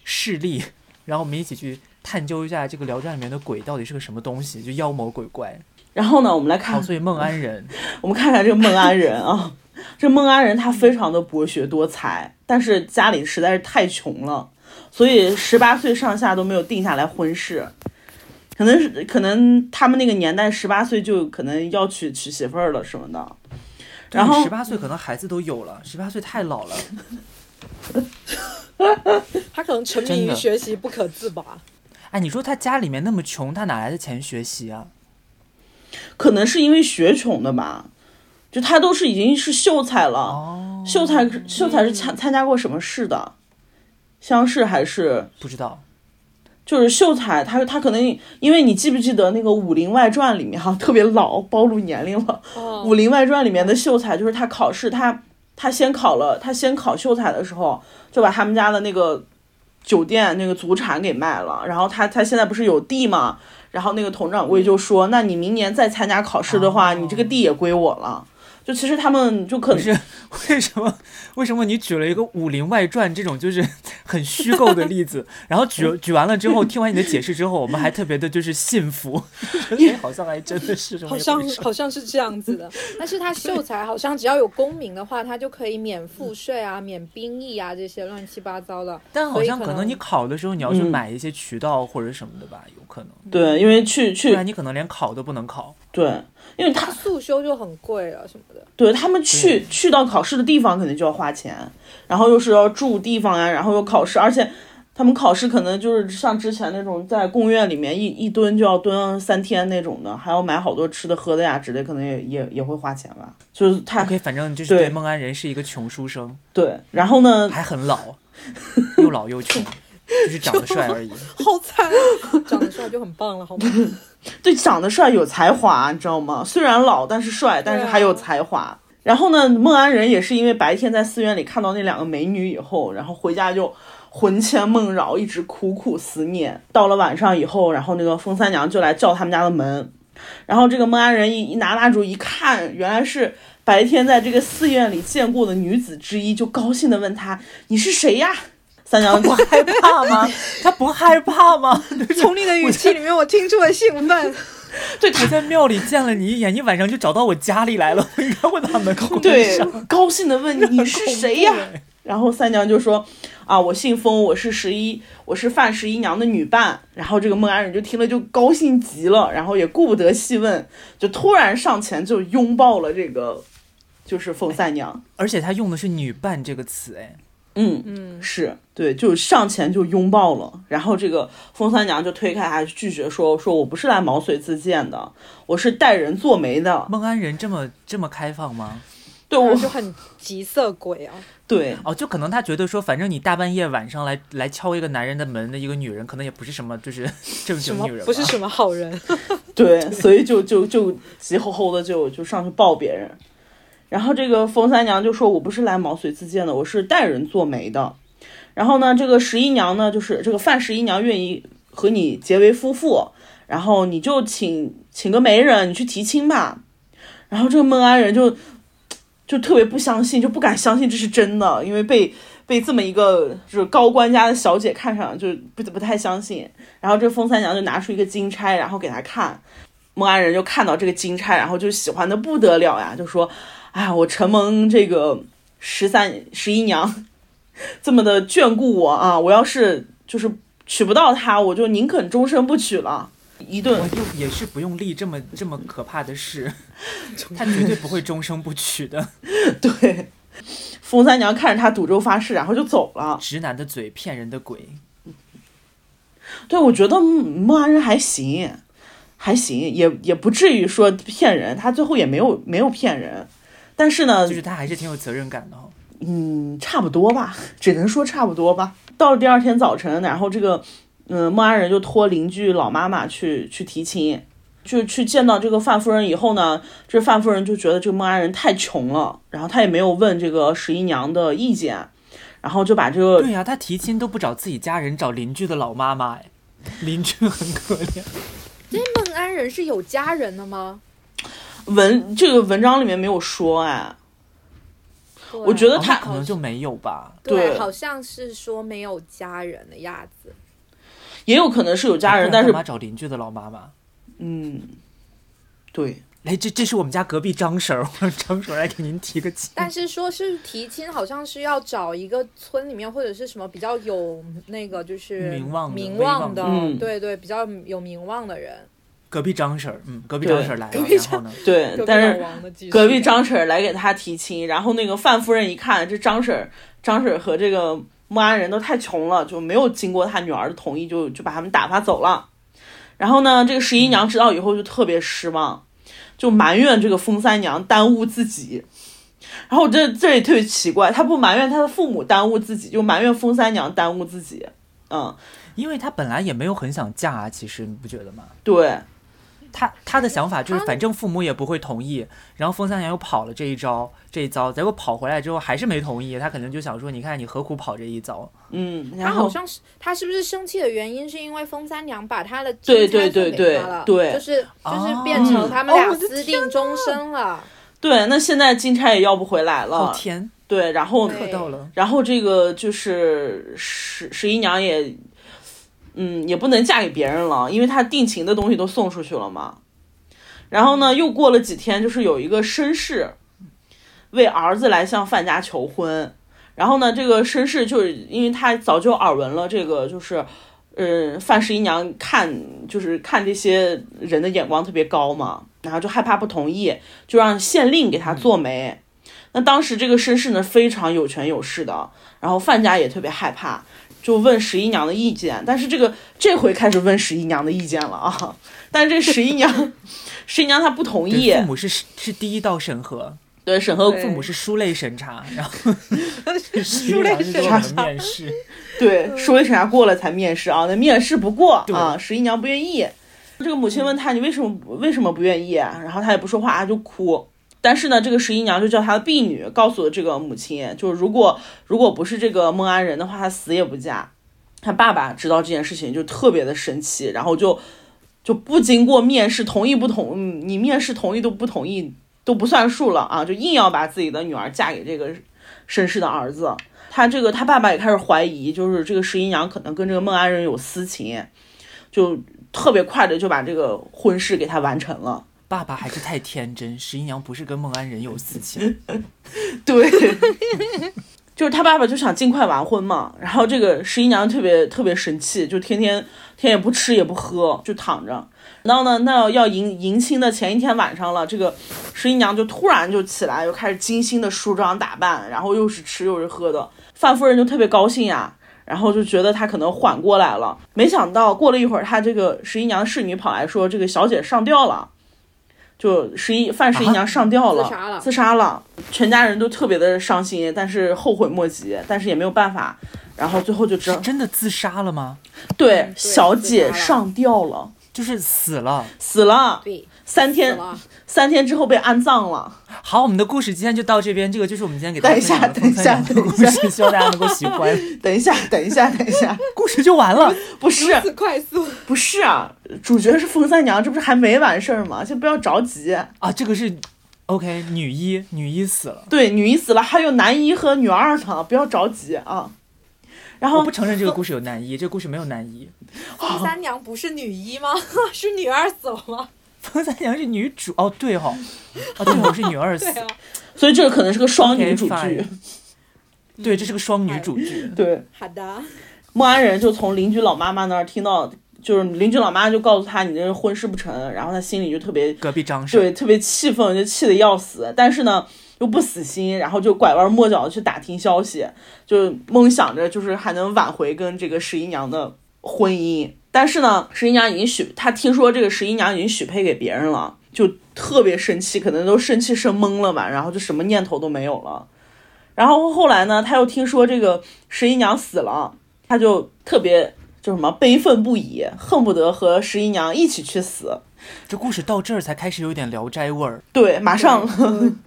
事例，然后我们一起去探究一下这个聊斋里面的鬼到底是个什么东西，就妖魔鬼怪。
然后呢，我们来看
好，所以孟安人，
我们看看这个孟安人啊， <laughs> 这孟安人他非常的博学多才，但是家里实在是太穷了，所以十八岁上下都没有定下来婚事。可能是可能他们那个年代十八岁就可能要娶娶媳妇儿了什么的，然后
十八岁可能孩子都有了，十八岁太老了。
他可能沉迷
真
于
的
学习不可自拔。
哎，你说他家里面那么穷，他哪来的钱学习啊？
可能是因为学穷的吧，就他都是已经是秀才了，
哦，
秀才秀才是参参加过什么试的，乡试还是
不知道。
就是秀才，他他可能因为你记不记得那个《武林外传》里面哈、 <laughs> 特别老，暴露年龄了。《武
哦，
林外传》里面的秀才，就是他考试，他他先考了，他先考秀才的时候，就把他们家的那个酒店那个祖产给卖了，然后他他现在不是有地嘛，然后那个佟掌柜就说，那你明年再参加考试的话，
哦
你这个地也归我了。就其实他们就可
不
能
是为什么？为什么你举了一个《武林外传》这种就是 <laughs> 很虚构的例子，然后举举完了之后，听完你的解释之后，我们还特别的就是信服，觉得哎好像还真的是这么
好
一
像
回事
好像是这样子的。 <laughs> 但是他秀才好像只要有功名的话，他就可以免赋税啊、免兵役啊这些乱七八糟的。
但好
所以
像
可
可能
能
你考的时候，你要去
嗯
买一些渠道或者什么的吧，有可能，
对，因为去
不
去
然你可能连考都不能考。
对，因为他
他速修就很贵了什么的。
对他们去去到考试的地方，肯定就要花钱，然后又是要住地方呀，然后又考试，而且他们考试可能就是像之前那种在贡院里面一一蹲就要蹲三天那种的，还要买好多吃的喝的呀之类，可能也也也会花钱吧。就是他
OK，反正就是
对
对孟安人是一个穷书生，
对，然后呢，
还很老，又老又穷，就是长得帅而已。
好惨啊，长得帅就很棒了， <laughs> 好吗？
对长得帅有才华，你知道吗？虽然老，但是帅，但是还有才华。然后呢，孟安人也是因为白天在寺院里看到那两个美女以后，然后回家就魂牵梦绕，一直苦苦思念。到了晚上以后，然后那个风三娘就来叫他们家的门，然后这个孟安人一一拿蜡烛一看，原来是白天在这个寺院里见过的女子之一，就高兴地问他：“你是谁呀？”三娘
不害怕吗？ <laughs> 他不害怕吗？
从你的语气里面，我听出了兴奋。
我在庙里见了你一眼，你晚上就找到我家里来了，我应该问他们空
对，高兴地问：“你是谁呀？”然后三娘就说：“啊，我姓封，我是十一，我是范十一娘的女伴。”然后这个孟安人就听了就高兴极了，然后也顾不得细问，就突然上前就拥抱了这个，就是封三娘。
而且他用的是“女伴”这个词，哎，
嗯，
嗯，
是对，就上前就拥抱了。然后这个封三娘就推开他，拒绝说：“说我不是来毛遂自荐的，我是带人做媒的。
孟安人这么这么开放吗？
对
<laughs> 我
我
就很急色鬼啊。
对
哦，就可能他觉得说，反正你大半夜晚上来来敲一个男人的门的一个女人，可能也不是什么就是 <laughs> 正
什
经
么
女人吧，
不是什么好人，
对，所以就就就急吼吼的就就上去抱别人，然后这个冯三娘就说：“我不是来毛遂自荐的，我是带人做媒的。”然后呢，这个十一娘呢，就是这个范十一娘愿意和你结为夫妇，然后你就请请个媒人，你去提亲吧。然后这个孟安人就就特别不相信，就不敢相信这是真的，因为被被这么一个就是高官家的小姐看上，就不不太相信。然后这封三娘就拿出一个金钗，然后给她看，孟安人就看到这个金钗，然后就喜欢的不得了呀，就说：“哎呀，我承蒙这个十三十一娘 <laughs> 这么的眷顾我啊，我要是就是娶不到她，我就宁肯终身不娶了。”一顿
我又也是不用立这么这么可怕的
<laughs>
事，他绝对不会终生不娶的。
<laughs> 对，封三娘看着他赌咒发誓，然后就走了。
直男的嘴，骗人的鬼。
对，我觉得嗯孟安人还行，还行，也也不至于说骗人，他最后也没有没有骗人。但是呢，
就是他还是挺有责任感的哦哈、
嗯，差不多吧，只能说差不多吧。到了第二天早晨，然后这个，嗯、孟安人就托邻居老妈妈去去提亲，就去见到这个范夫人以后呢，这范夫人就觉得这个孟安人太穷了，然后她也没有问这个十一娘的意见，然后就把这个
对呀、他提亲都不找自己家人，找邻居的老妈妈，哎，邻居很可怜。
孟安人是有家人的吗？
文这个文章里面没有说哎，
对啊
我觉得
哦
他
那可能就没有吧。
对
对，好像是说没有家人的样子。
也有可能是有家人，
不
但
然
是
哎啊干嘛找邻居的老妈妈？
嗯，对，
哎，这这是我们家隔壁张婶儿，我们张婶儿来给您提个亲。
但是说是提亲，好像是要找一个村里面或者是什么比较有那个就是
名望的
名
威
望
望
的，
的
嗯
对对，比较有名望的人。
隔壁张婶儿，嗯，隔壁
对
张婶儿来了
隔壁，
然后呢？
对
隔，壁
但
老
是
王的继续
隔壁张婶儿来给他提亲，然后那个范夫人一看，这张婶儿、张婶儿和这个牧羊人都太穷了，就没有经过他女儿的同意，就就把他们打发走了。然后呢，这个十一娘知道以后就特别失望，就埋怨这个封三娘耽误自己。然后这这也特别奇怪，她不埋怨她的父母耽误自己，就埋怨封三娘耽误自己。嗯，
因为她本来也没有很想嫁啊，其实你不觉得吗？
对，
她她的想法就是，
她
反正父母也不会同意，然后封三娘又跑了这一招这一遭，结果跑回来之后还是没同意，她可能就想说，你看你何苦跑这一遭？
嗯，然
他好
后
像是他是不是生气的原因是因为封三娘把他的
对
金钗
对对
送给他
对
了
对
就是就是
哦
变成他们
哦
俩
我的
私定终身了。
对，那现在金钗也要不回来
好
了，
甜，
对，然后
对
可逗哦了。
然后这个就是十十一娘也，嗯，也不能嫁给别人了，因为她定情的东西都送出去了嘛。然后呢，又过了几天，就是有一个绅士为儿子来向范家求婚。然后呢，这个绅士就是因为他早就耳闻了这个，就是，嗯，范十一娘看就是看这些人的眼光特别高嘛，然后就害怕不同意，就让县令给他做媒。那当时这个绅士呢非常有权有势的，然后范家也特别害怕，就问十一娘的意见。但是这个这回开始问十一娘的意见了啊！ <laughs> 但是这十一娘，十一娘她不同意
对，父母是是第一道审核，
对审核
对
父母是书类审查，然
<laughs>
后
书类审查
是我们面试，
对书类审查过了才面试啊，那面试不过
对
啊，十一娘不愿意。这个母亲问她你为什么不为什么不愿意、啊？然后她也不说话，就哭。但是呢，这个十一娘就叫她的婢女，告诉了这个母亲，就是如果如果不是这个孟安仁的话，她死也不嫁。她爸爸知道这件事情就特别的生气，然后就就不经过面试同意不同，嗯你面试同意都不同意都不算数了啊，就硬要把自己的女儿嫁给这个绅士的儿子。他这个他爸爸也开始怀疑，就是这个十一娘可能跟这个孟安仁有私情，就特别快的就把这个婚事给他完成了。
爸爸还是太天真，十一娘不是跟孟安人有私情，
对，就是他爸爸就想尽快完婚嘛，然后这个十一娘特别特别生气，就天天天也不吃也不喝，就躺着。然后呢，那要迎迎亲的前一天晚上了，这个十一娘就突然就起来，又开始精心的梳妆打扮，然后又是吃又是喝的。范夫人就特别高兴呀、然后就觉得她可能缓过来了。没想到过了一会儿，她这个十一娘侍女跑来说，这个小姐上吊了，就十一范十一娘上吊了，
啊自杀了
自杀了，全家人都特别的伤心，但是后悔莫及，但是也没有办法。然后最后就知道
是，真的自杀了吗？
对，
自
小
杀
姐
了
上吊了，
就是死了。
死了，
对，
三
死
天，
了。
<laughs>
三天之后被安葬了。
好，我们的故事今天就到这边，这个就是我们今天给大家
等一下
分享的
等一
风三娘的故
下等一
事，希望大家能够喜
<laughs>
欢。
等一下，等一下，等一下，
故事就完了，
不是，
此快速，
不是啊，主角是封三娘，这不是还没完事儿吗？先不要着急。
啊，这个是 OK，女一女一死了，
对，女一死了，还有男一和女二呢，不要着急啊。然
我
后
不承认这个故事有男一，这个故事没有男一，
封三娘不是女一吗？ <laughs> 是女二走吗？ <laughs>
风三娘是女主哦，对哈、哦，对、哦，我是女二死
对，啊，
所以这个可能是个双女
OK，
主剧。
fine 对，这是个双女主剧，
对，
好的，
孟安仁就从邻居老妈妈那儿听到，就是邻居老妈就告诉他，你这婚事不成，然后他心里就特别
隔壁张婶
对，特别气愤，就气得要死，但是呢又不死心，然后就拐弯抹角的去打听消息，就梦想着就是还能挽回跟这个十一娘的婚姻。但是呢，十一娘已经许她听说这个十一娘已经许配给别人了，就特别生气，可能都生气生懵了吧，然后就什么念头都没有了。然后后来呢，她又听说这个十一娘死了，她就特别就什么悲愤不已，恨不得和十一娘一起去死。
这故事到这儿才开始有点《聊斋》味儿，
对，马上 <laughs>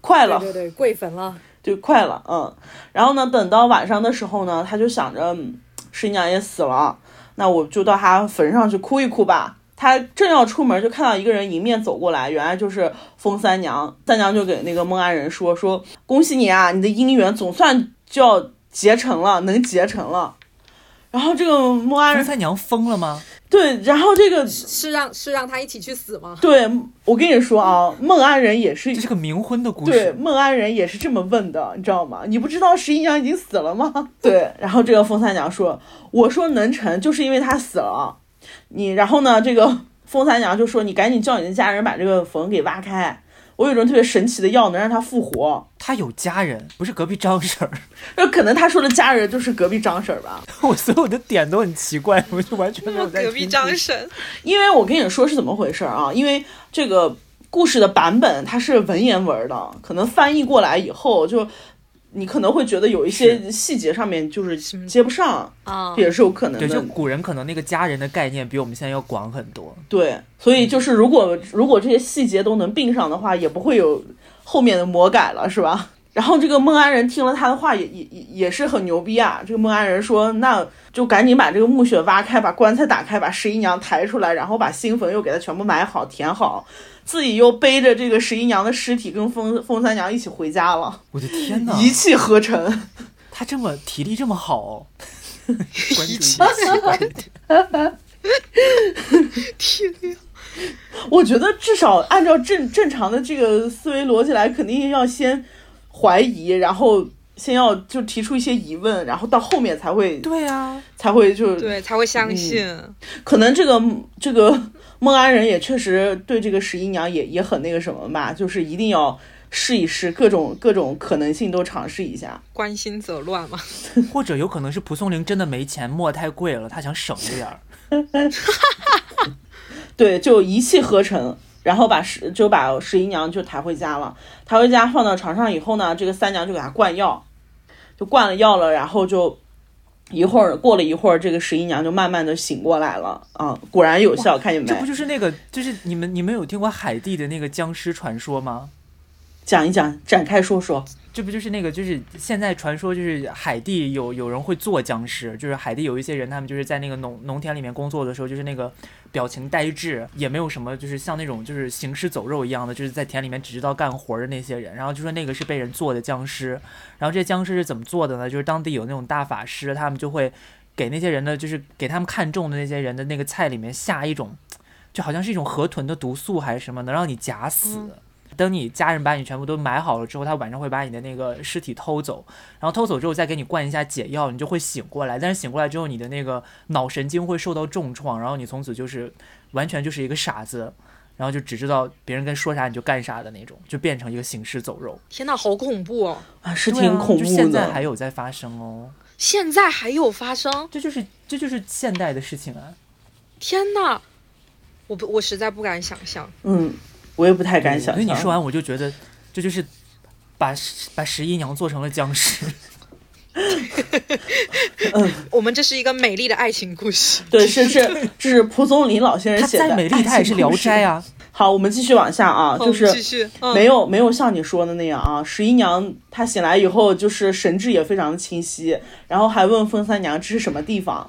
快了
对，对对，跪坟了。
就快了，嗯。然后呢，等到晚上的时候呢，他就想着嗯十一娘也死了，那我就到她坟上去哭一哭吧。他正要出门，就看到一个人迎面走过来，原来就是封三娘。三娘就给那个孟安仁说：“说恭喜你啊，你的姻缘总算就要结成了，能结成了。”然后这个孟安
封
仁
三娘疯了吗？
对，然后这个
是让是让他一起去死吗？
对我跟你说啊，孟安仁也是
这是个冥婚的故
对，
事，
孟安人也是这么问的，你知道吗？你不知道十一娘已经死了吗？ <laughs> 对，然后这个封三娘说：“我说能成，就是因为她死了。”你，然后呢，这个封三娘就说：“你赶紧叫你的家人把这个坟给挖开，我有一种特别神奇的药能让它复活。
他有家人，不是隔壁张婶儿。” <laughs>
那可能他说的家人就是隔壁张婶儿吧，
我所有的点都很奇怪， <laughs> 我就完全没有在
<laughs> <laughs> 隔壁
听
张婶，
因为我跟你说是怎么回事儿啊，因为这个故事的版本它是文言文儿的，可能翻译过来以后就。你可能会觉得有一些细节上面就是接不上，
啊
也是有可能
对，就
的。
古人可能那个家人的概念比我们现在要广很多。
对，所
嗯
以就是如果如果这些细节都能并上的话，也不会有后面的魔改了，是吧？ <laughs> 然后这个孟安人听了他的话也，也也也是很牛逼啊。这个孟安人说：“那就赶紧把这个墓穴挖开，把棺材打开，把十一娘抬出来，然后把新坟又给她全部埋好、填好，自己又背着这个十一娘的尸体跟封封三娘一起回家了，
我的天
<laughs>
哪，
一气呵成。
他这么体力这么好 <laughs> 哦、关注一
气
下关注一下
天呀，
我觉得至少按照正正常的这个思维逻辑来，肯定要先怀疑，然后先要就提出一些疑问，然后到后面才会
对啊，
才会就
对，才会相
嗯
信。
可能这个这个孟安人也确实对这个十一娘也也很那个什么吧，就是一定要试一试各种各种可能性都尝试一下。
关心则乱嘛，
<laughs> 或者有可能是蒲松龄真的没钱，墨太贵了，他想省着点
<laughs>
儿。
对，就一气呵成，然后把十就把十一娘就抬回家了。抬回家放到床上以后呢，这个三娘就给她灌药，就灌了药了，然后就一会儿过了一会儿，这个十一娘就慢慢的醒过来了啊，果然有效，看见
这不
没？
就是那个，就是你们你们有听过海地的那个僵尸传说吗？
讲一讲，展开说说。
这不就是那个，就是现在传说，就是海地有有人会做僵尸，就是海地有一些人，他们就是在那个农农田里面工作的时候，就是那个表情呆滞，也没有什么，就是像那种就是行尸走肉一样的，就是在田里面只知道干活的那些人。然后就说那个是被人做的僵尸，然后这些僵尸是怎么做的呢？就是当地有那种大法师，他们就会给那些人的，就是给他们看中的那些人的那个菜里面下一种，就好像是一种河豚的毒素还是什么，能让你假死。
嗯
等你家人把你全部都埋好了之后，他晚上会把你的那个尸体偷走，然后偷走之后再给你灌一下解药，你就会醒过来。但是醒过来之后，你的那个脑神经会受到重创，然后你从此就是完全就是一个傻子，然后就只知道别人跟说啥你就干啥的那种，就变成一个行尸走肉，
天呐，好恐怖哦！
啊，是
对啊
挺恐
就
怖
现
的。
在还有在发生哦，
现在还有发生，
这就是这就是现代的事情啊，
天呐，我不，我实在不敢想象。
嗯，我也不太敢想
所以
象。
你说完我就觉得这就是把十把十一娘做成了僵尸，
我们这是一个美丽的爱情故事，
对，是
<laughs>
是，这是蒲松龄老先生
她
写的。<laughs>
再美丽她也是聊斋。啊，
好，我们继续往下啊，
好
就
我们继
是
续，嗯，
没有没有像你说的那样啊，十一娘她醒来以后就是神志也非常的清晰，然后还问封三娘这是什么地方，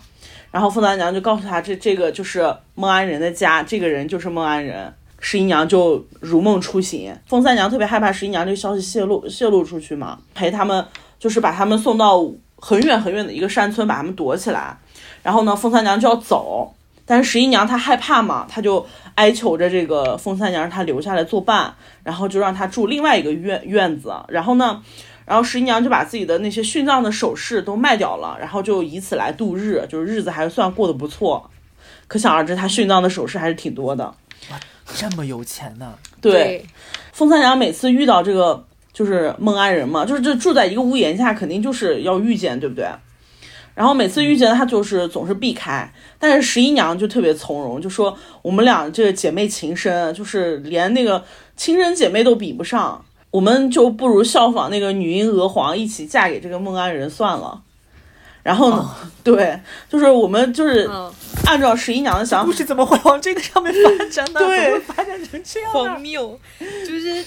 然后封三娘就告诉她这这个就是孟安人的家，这个人就是孟安人。十一娘就如梦初醒，封三娘特别害怕十一娘这个消息泄露泄露出去嘛，陪他们就是把他们送到很远很远的一个山村，把他们躲起来。然后呢，封三娘就要走，但是十一娘她害怕嘛，她就哀求着这个封三娘让她留下来作伴，然后就让她住另外一个院院子。然后呢，然后十一娘就把自己的那些殉葬的首饰都卖掉了，然后就以此来度日，就是日子还算过得不错。可想而知，她殉葬的首饰还是挺多的。
这么有钱呢、
对，
封三娘每次遇到这个就是孟安人嘛，就是这住在一个屋檐下，肯定就是要遇见，对不对？然后每次遇见她就是总是避开，但是十一娘就特别从容，就说我们俩这个姐妹情深，就是连那个亲生姐妹都比不上，我们就不如效仿那个女英娥皇一起嫁给这个孟安人算了。然后
哦
呢，对，就是我们就是
<laughs> 嗯，
按照十一娘的想法
故，事怎么会往这个上面发展呢？
对
怎么会发展成这样、啊？
荒谬，就是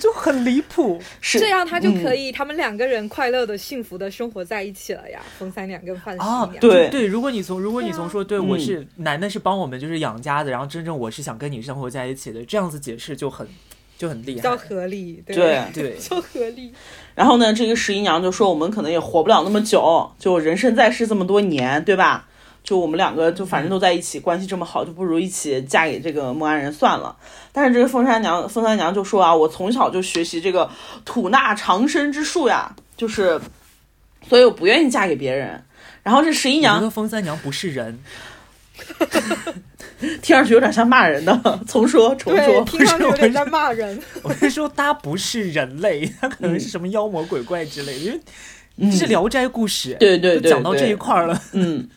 就很离 <laughs> 谱。
是
这样他就
嗯
可以、他们两个人快乐的、幸福的生活在一起了呀。冯三娘跟范十
啊
娘，，
哦对
对，如果你从如果你从
嗯
说对啊我是男的是帮我们就是养家的，然后真正我是想跟你生活在一起的，这样子解释就很就很厉
比
害
较。合理，对
对
<laughs> 吧
对
就合理。
然后呢，这个十一娘就说我们可能也活不了那么久，就人生在世这么多年，对吧？就我们两个就反正都在一起，关系这么好，就不如一起嫁给这个莫安人算了。但是这个凤三娘，凤三娘就说啊，我从小就学习这个吐纳长生之术呀，就是，所以我不愿意嫁给别人。然后这十一
我觉
娘
得风三娘不是人， <laughs>
听上去有点像骂人 <laughs> 的，重说重
对，
说，
<laughs>
听上去有点在骂人。
我是说她不是人类，她可能是什么妖魔鬼怪之类的，因为这是《聊斋故事》
嗯对对
就
对，
讲到这
对
一块儿了。
嗯，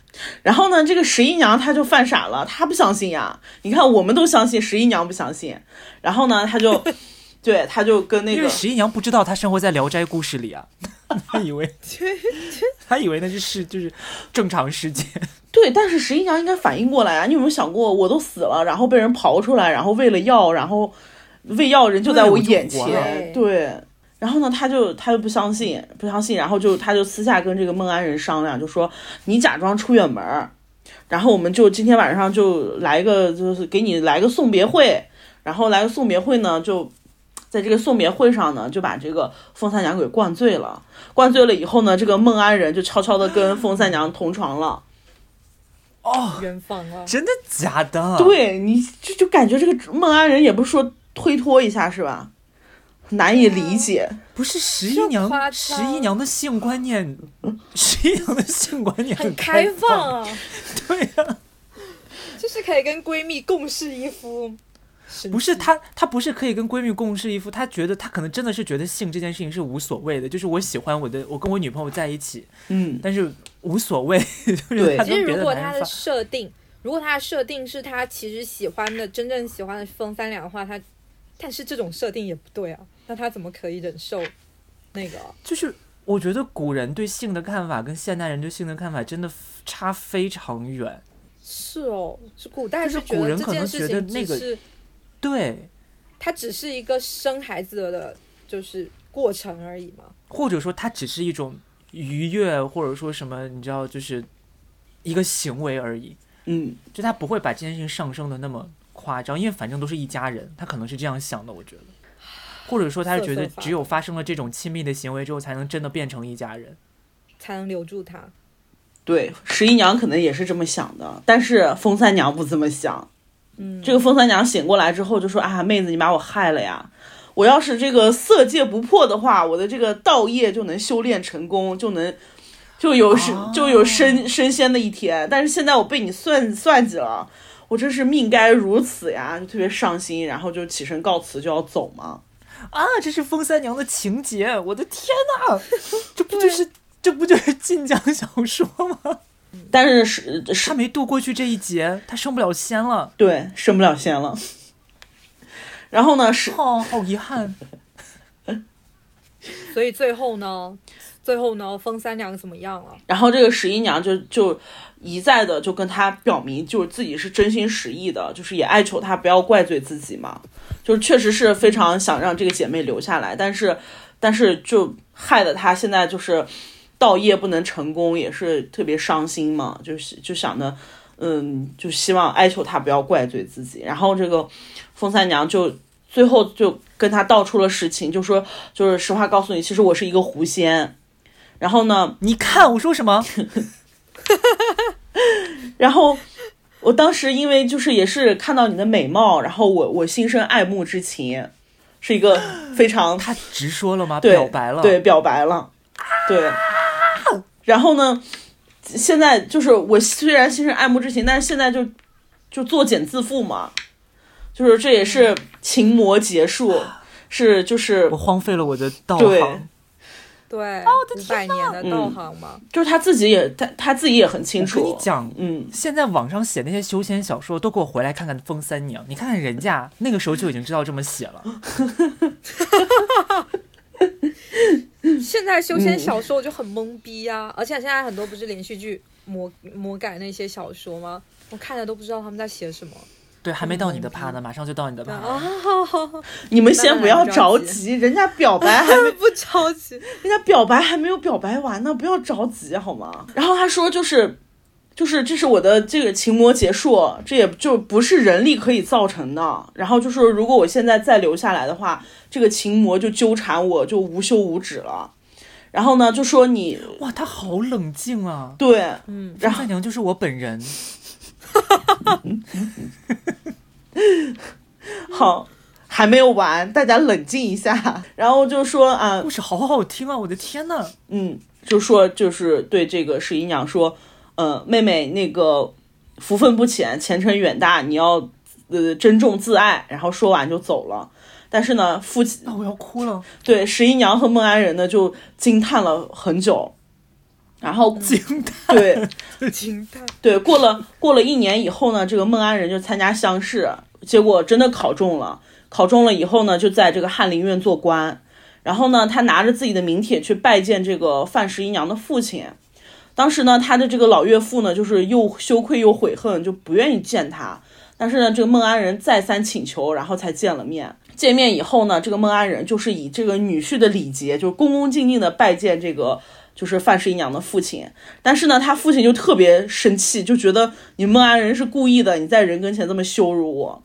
然后呢，这个十一娘她就犯傻了，她不相信呀。你看，我们都相信，十一娘不相信。然后呢，她
<laughs>
就，对，她就跟那
因
个
为十一娘不知道她生活在《聊斋故事》 <laughs> 里啊，她以为她以为那是世就是正常世界。
对，但是十一娘应该反应过来啊。你有没有想过，我都死了，然后被人刨出来，然后喂了药，然后喂药人就在我眼前，
对我就
活了
对。然后呢，她就她就不相信，不相信，然后就她就私下跟这个孟安人商量，就说你假装出远门儿，然后我们就今天晚上就来个，就是给你来个送别会，然后来个送别会呢，就在这个送别会上呢，就把这个风三娘给灌醉了。灌醉了以后呢，这个孟安人就悄悄的跟风三娘同床了。
<laughs> 哦，
远方啊，
真的假的？，
<laughs> 对你就就感觉这个孟安人也不是说推脱一下是吧？难以理解，
不是十一
这
娘
夸，张
十一娘的性观
<laughs>
念，十一娘的性观念
很
开
开放啊，
对呀、
就是可以跟闺蜜共侍一夫。神
不是
奇
她，她不是可以跟闺蜜共侍一夫，她觉得她可能真的是觉得性这件事情是无所谓的，就是我喜欢我的，我跟我女朋友在一起，
嗯，
但是无所谓， <laughs> 就是
对
她
其
啊
实
跟别
如
的
果
男
他
人
的
发。
设定，如果他的设定是他其实喜欢的、真正喜欢的风三两的话，他但是这种设定也不对啊，那他怎么可以忍受那个？
就是我觉得古人对性的看法跟现代人对性的看法真的差非常远。
是哦，是古代
就是
觉
古
得
人
这
可
件
能
事
觉
情
得
只
那个
是
对，
它只是一个生孩子的，就是过程而已嘛。
或者说它只是一种愉悦，或者说什么，你知道，就是一个行为而已。
嗯，
就他不会把这件事情上升的那么夸张，因为反正都是一家人，他可能是这样想的，我觉得，或者说他是觉得
瑟瑟发
只有发生了这种亲密的行为之后，才能真的变成一家人。
才能留住他，
对，十一娘可能也是这么想的，但是风三娘不这么想。
嗯，
这个风三娘醒过来之后就说：“啊，妹子，你把我害了呀！我要是这个色戒不破的话，我的这个道业就能修炼成功，就能就有是就有升升仙的一天。但是现在我被你算算计了，我真是命该如此呀！就特别伤心，然后就起身告辞，就要走嘛。
啊，这是风三娘的情节，我的天哪，这不就是这不就是晋江小说吗？
但是是
他
是，
没渡过去这一劫，他升不了仙了，
对，升不了仙了。然后呢，是
哦，好遗憾。
所以最后呢，最后呢，风三娘怎么样了？
然后这个十一娘就就一再的就跟他表明，就是自己是真心实意的，就是也哀求他不要怪罪自己嘛，就是确实是非常想让这个姐妹留下来，但是但是就害得她现在就是道业不能成功，也是特别伤心嘛，就是就想着。嗯，就希望哀求她不要怪罪自己。然后这个风三娘就最后就跟她道出了实情，就说就是实话告诉你，其实我是一个狐仙。然后呢，
你看我说什么？
然后我当时因为就是也是看到你的美貌，然后我我心生爱慕之情，是一个非常
他直说了吗？
对
表白了。
对，表白了，对。然后呢，现在就是我虽然心生爱慕之情，但是现在就就作茧自缚嘛，就是这也是情魔结束，是就是
我荒废了我的道
对
行。
对，
的
五百年哦的道
嗯
行嘛，
就是他自己也他他自己也很清
我跟你
楚，
讲，
嗯，
现在网上写那些修仙小说，都给我回来看看《风三娘》，你看看人家那个时候就已经知道这么写了。
<gasps>
现在修仙小说我就很懵逼呀、而且现在很多不是连续剧魔魔改那些小说吗？我看了都不知道他们在写什么，
对，还没到你
嗯
的趴呢，马上就到你的趴了。
啊
哦，
你们先不要着
当然不着
急，人家表白还没，
不着急，
人家表白还没有表白完呢，不要着急好吗？然后他说就是。就是这是我的这个情魔结束，这也就不是人力可以造成的。然后就是如果我现在再留下来的话，这个情魔就纠缠我，就无休无止了。然后呢，就说你
哇，他好冷静啊！
对，
张赛娘就是我本人，
好，还没有完，大家冷静一下。 <laughs> 然后就说啊，
故事好好听啊！我的天呐，
嗯，就说就是对这个十一娘说，呃，妹妹那个福分不浅，前程远大，你要呃珍重自爱。然后说完就走了。但是呢，父亲
啊，我要哭
<laughs>
了，
对十一娘和孟安仁呢就惊叹了很久，然后
惊叹！
对
惊叹，
对，过了过了一年以后呢，这个孟安仁就参加乡试，结果真的考中了。考中了以后呢，就在这个翰林院做官。然后呢，他拿着自己的名帖去拜见这个范十一娘的父亲。当时呢，他的这个老岳父呢，就是又羞愧又悔恨，就不愿意见他。但是呢，这个孟安仁再三请求，然后才见了面。见面以后呢，这个孟安仁就是以这个女婿的礼节，就恭恭敬敬的拜见这个就是范十一娘的父亲。但是呢，他父亲就特别生气，就觉得你孟安仁是故意的，你在人跟前这么羞辱我，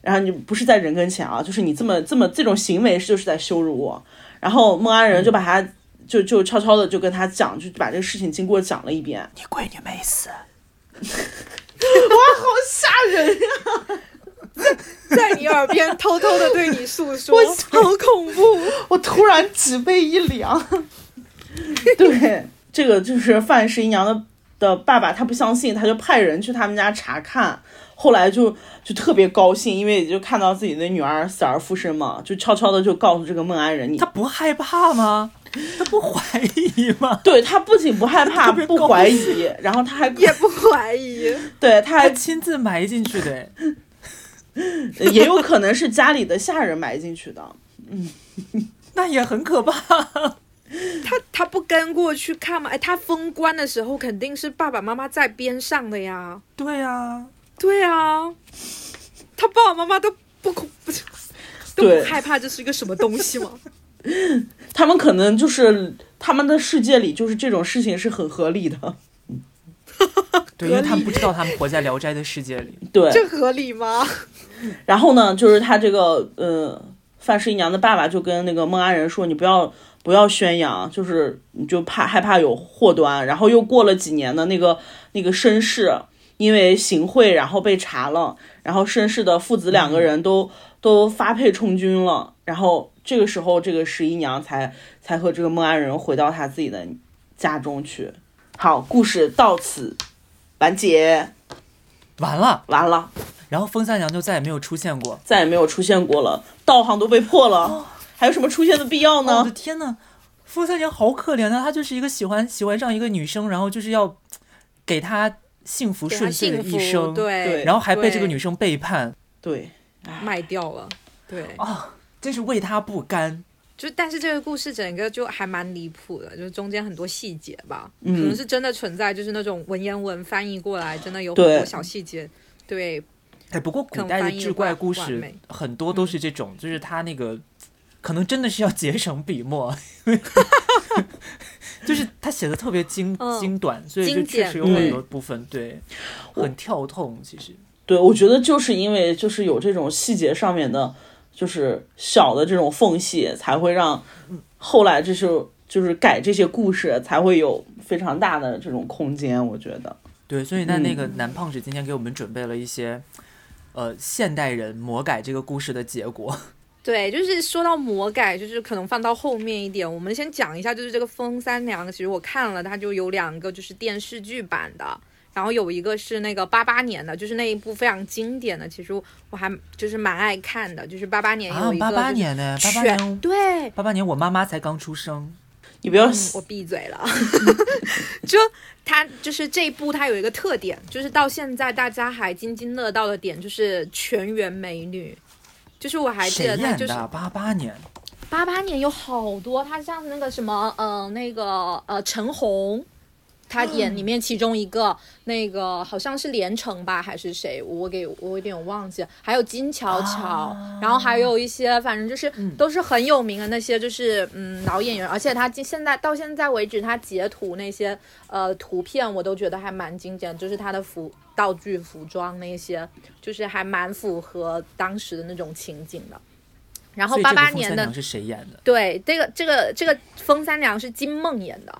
然后你不是在人跟前啊，就是你这么这么这种行为就是在羞辱我。然后孟安仁就把他就就悄悄的就跟他讲，就把这个事情经过讲了一遍，
你闺女没死，
好吓人呀、
在你耳边偷偷的对你诉 <laughs> 说，好恐怖，
我突然脊背一凉。对， <laughs> 这个就是范十一娘的的爸爸，他不相信，他就派人去他们家查看。后来就就特别高兴，因为也就看到自己的女儿死而复生嘛，就悄悄的就告诉这个孟安仁你，
她不害怕吗？她不怀疑吗？
对他不仅不害怕，
<laughs> 特别
不
高
怀疑， <laughs> 然后他还
也不怀疑，
对他
她
还
亲自埋进去的，
也有可能是家里的下人埋进去的，
那也很可怕。
他他不跟过去看吗？哎，他封官的时候肯定是爸爸妈妈在边上的呀。
对啊，
对啊，他爸爸妈妈都不恐不都
对
不害怕这是一个什么东西吗？
他们可能就是他们的世界里就是这种事情是很合理的， <laughs>
对，因为他们不知道他们活在《聊斋》的世界里。
对，
这合理吗？
然后呢，就是他这个呃范十一娘的爸爸就跟那个孟安仁说，你不要不要宣扬，就是你就怕害怕有祸端。然后又过了几年的那个那个绅士，因为行贿然后被查了，然后绅士的父子两个人都、都发配充军了。然后这个时候，这个十一娘才才和这个孟安仁回到他自己的家中去。好，故事到此完结，
完了，
完了。
然后风三娘就再也没有出现过。
再也没有出现过了，道行都被破了，还有什么出现的必
嗯
要
哦哦我的
呢？
天呐，风三娘好可怜啊！她就是一个喜欢喜欢上一个女生，然后就是要给她幸福
给
顺
他
遂的
幸
一
福，
生，
对
对，
然后还被这个
对
女生背叛，哦
对，
卖掉了。对，
真是为她不甘。
就但是这个故事整个就还蛮离谱的，就是中间很多细节吧，
嗯
可能是真的存在，就是那种文言文翻译过来，真的有很
对
多小细节，对，
哎，不过古
能
代的
翻译
志
完
怪故
完
事
美嗯
很多都是这种，就是她那个可能真的是要节省笔
<laughs>
墨，就是她写的特别精
嗯
精短，所以就
精
确
简
实有很
对
多部分对很跳痛。其实
对，我觉得就是因为就是有这种细节上面的，就是小的这种缝隙，才会让后来这是就是改这些故事才会有非常大的这种空间，我觉得。
对，所以那那个男胖子今天给我们准备了一些。呃，现代人魔改这个故事的结果，
对，就是说到魔改，就是可能放到后面一点。我们先讲一下，就是这个《风三娘》，其实我看了，它就有两个就是电视剧版的，然后有一个是那个八八年的，就是那一部非常经典的，其实我还就是蛮爱看的，就是八八年
啊
哎有，一个
八八
就是
年呢，八八
犬
年，哦
对，
八八年我妈妈才刚出生，
你不要，
我
嗯
闭嘴
<laughs>
了。就它就是这一部，它有一个特点，就是到现在大家还津津乐道的点，就是全员美女。就是我还记
谁
得它
演
就是哦
的？八八年，
八八年有好多，他像那个什么，呃，那个呃，陈红，他演里面其中一个、那个好像是连城吧，还是谁？我给我有点忘记了。还有金巧巧，
啊
然后还有一些，反正就是、
嗯
都是很有名的那些，就是嗯老演员。而且他今现在到现在为止，他截图那些呃图片，我都觉得还蛮经典，就是他的服道具、服装那些，就是还蛮符合当时的那种情景的。然后
所以
八
这个
八
风
年
三
的
娘是谁演的？
对，这个这个这个风三娘是金梦演的，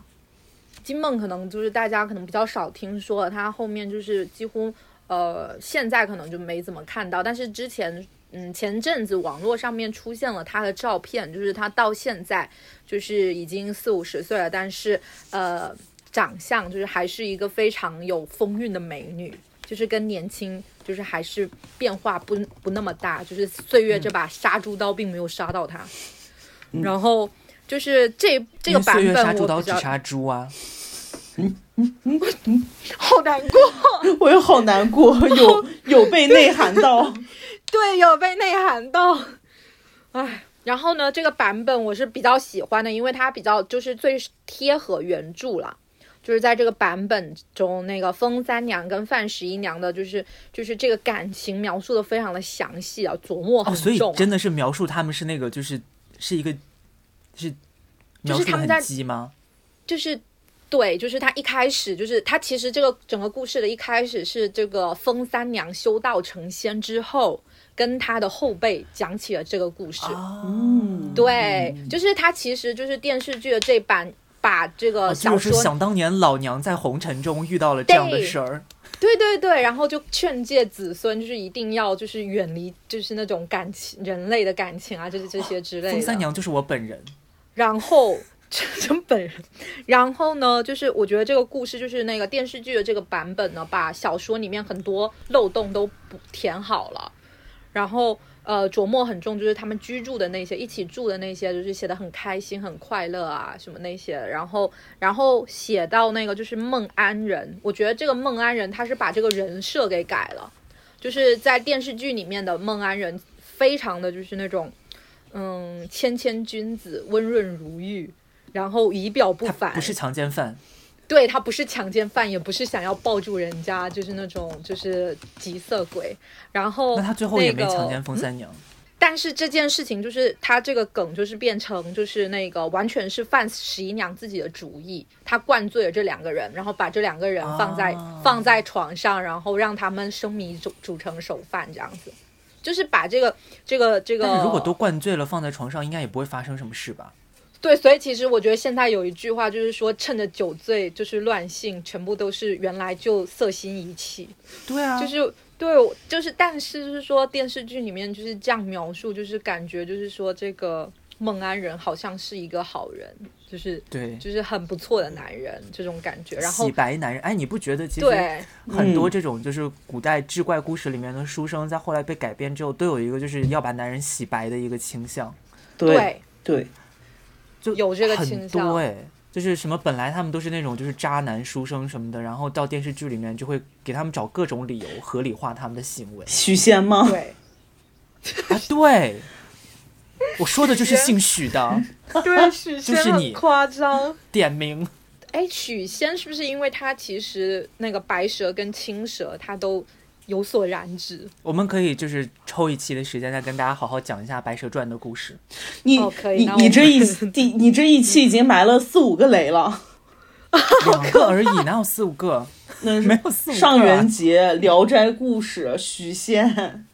金梦可能就是大家可能比较少听说，她后面就是几乎呃现在可能就没怎么看到，但是之前嗯前阵子网络上面出现了她的照片，就是她到现在就是已经四五十岁了，但是呃长相就是还是一个非常有风韵的美女，就是跟年轻。就是还是变化不不那么大，就是岁月
嗯
这把杀猪刀并没有杀到她。然后就是这
因
这个
为
版
岁月杀
本
猪
我
刀
比
只
较
杀猪啊，
好难过，
<laughs> 我也好难过，有有被内涵
<laughs>
到。
对，有被内涵到， <laughs> 唉。然后呢，这个版本我是比较喜欢的，因为它比较就是最贴合原著了。就是在这个版本中，那个风三娘跟范十一娘的，就是就是这个感情描述的非常的详细啊，琢磨很
哦，所以
重啊、
真的是描述他们是那个，就是是一个，是描述
他
的
们在
很鸡吗？
就是对，就是他一开始就是他其实这个整个故事的一开始是这个风三娘修道成仙之后，跟她的后辈讲起了这个故事。
啊
嗯，
对，就是他其实就是电视剧的这版把这个呃小
啊哦就是
说
想当年老娘在红尘中遇到了这样的事儿，
对对对，然后就劝诫子孙，就是一定要就是远离就是那种感情人类的感情啊，就是这些之类
哦风
的。
三娘就是我本人。
然后这真本人，然后呢，就是我觉得这个故事就是那个电视剧的这个版本呢，把小说里面很多漏洞都补填好了，然后呃琢磨很重，就是他们居住的那些一起住的那些，就是写的很开心很快乐啊什么那些，然后然后写到那个就是孟安人，我觉得这个孟安人他是把这个人设给改了，就是在电视剧里面的孟安人非常的就是那种。嗯，谦谦君子，温润如玉，然后仪表不
他
凡。
不是强奸犯，
对他不是强奸犯，也不是想要抱住人家，就是那种就是急色鬼。然后
那他最后也没
哦那个嗯
强奸风三娘。
但是这件事情就是他这个梗就是变成就是那个完全是范十一娘自己的主意，他灌醉了这两个人，然后把这两个人放在、
啊
放在床上，然后让他们生米煮煮成熟饭这样子，就是把这个这个这个。
但是如果都灌醉了放在床上，应该也不会发生什么事吧？
对，所以其实我觉得现在有一句话就是说，趁着酒醉就是乱性，全部都是原来就色心一气，
对啊，
就是对，我就是但是就是说电视剧里面就是这样描述，就是感觉就是说这个孟安人好像是一个好人，就是
对，
就是很不错的男人这种感觉，然后
洗白男人。哎，你不觉得其实
对
很多这种就是古代志怪故事里面的书生，在后来被改编之后，都有一个就是要把男人洗白的一个倾向，
对对，
就
有这个倾
很
向
多哎。就是什么，本来他们都是那种就是渣男书生什么的，然后到电视剧里面就会给他们找各种理由合理化他们的行为
许仙吗？
对
啊。对，我说的就是姓许的，
对， <laughs> 许
仙就是很你
夸张。
点名。
哎，许仙是不是因为他其实那个白蛇跟青蛇他都有所染指？
我们可以就是抽一期的时间，再跟大家好好讲一下《白蛇传》的故
<laughs>
事。
你
哦可以
你
那
你
我
这一第你这一期已经埋了四五个雷
<laughs>
了，
两个而已，哪有四五个？
那是
没有四五个、啊。
上元节、聊斋故事、许仙，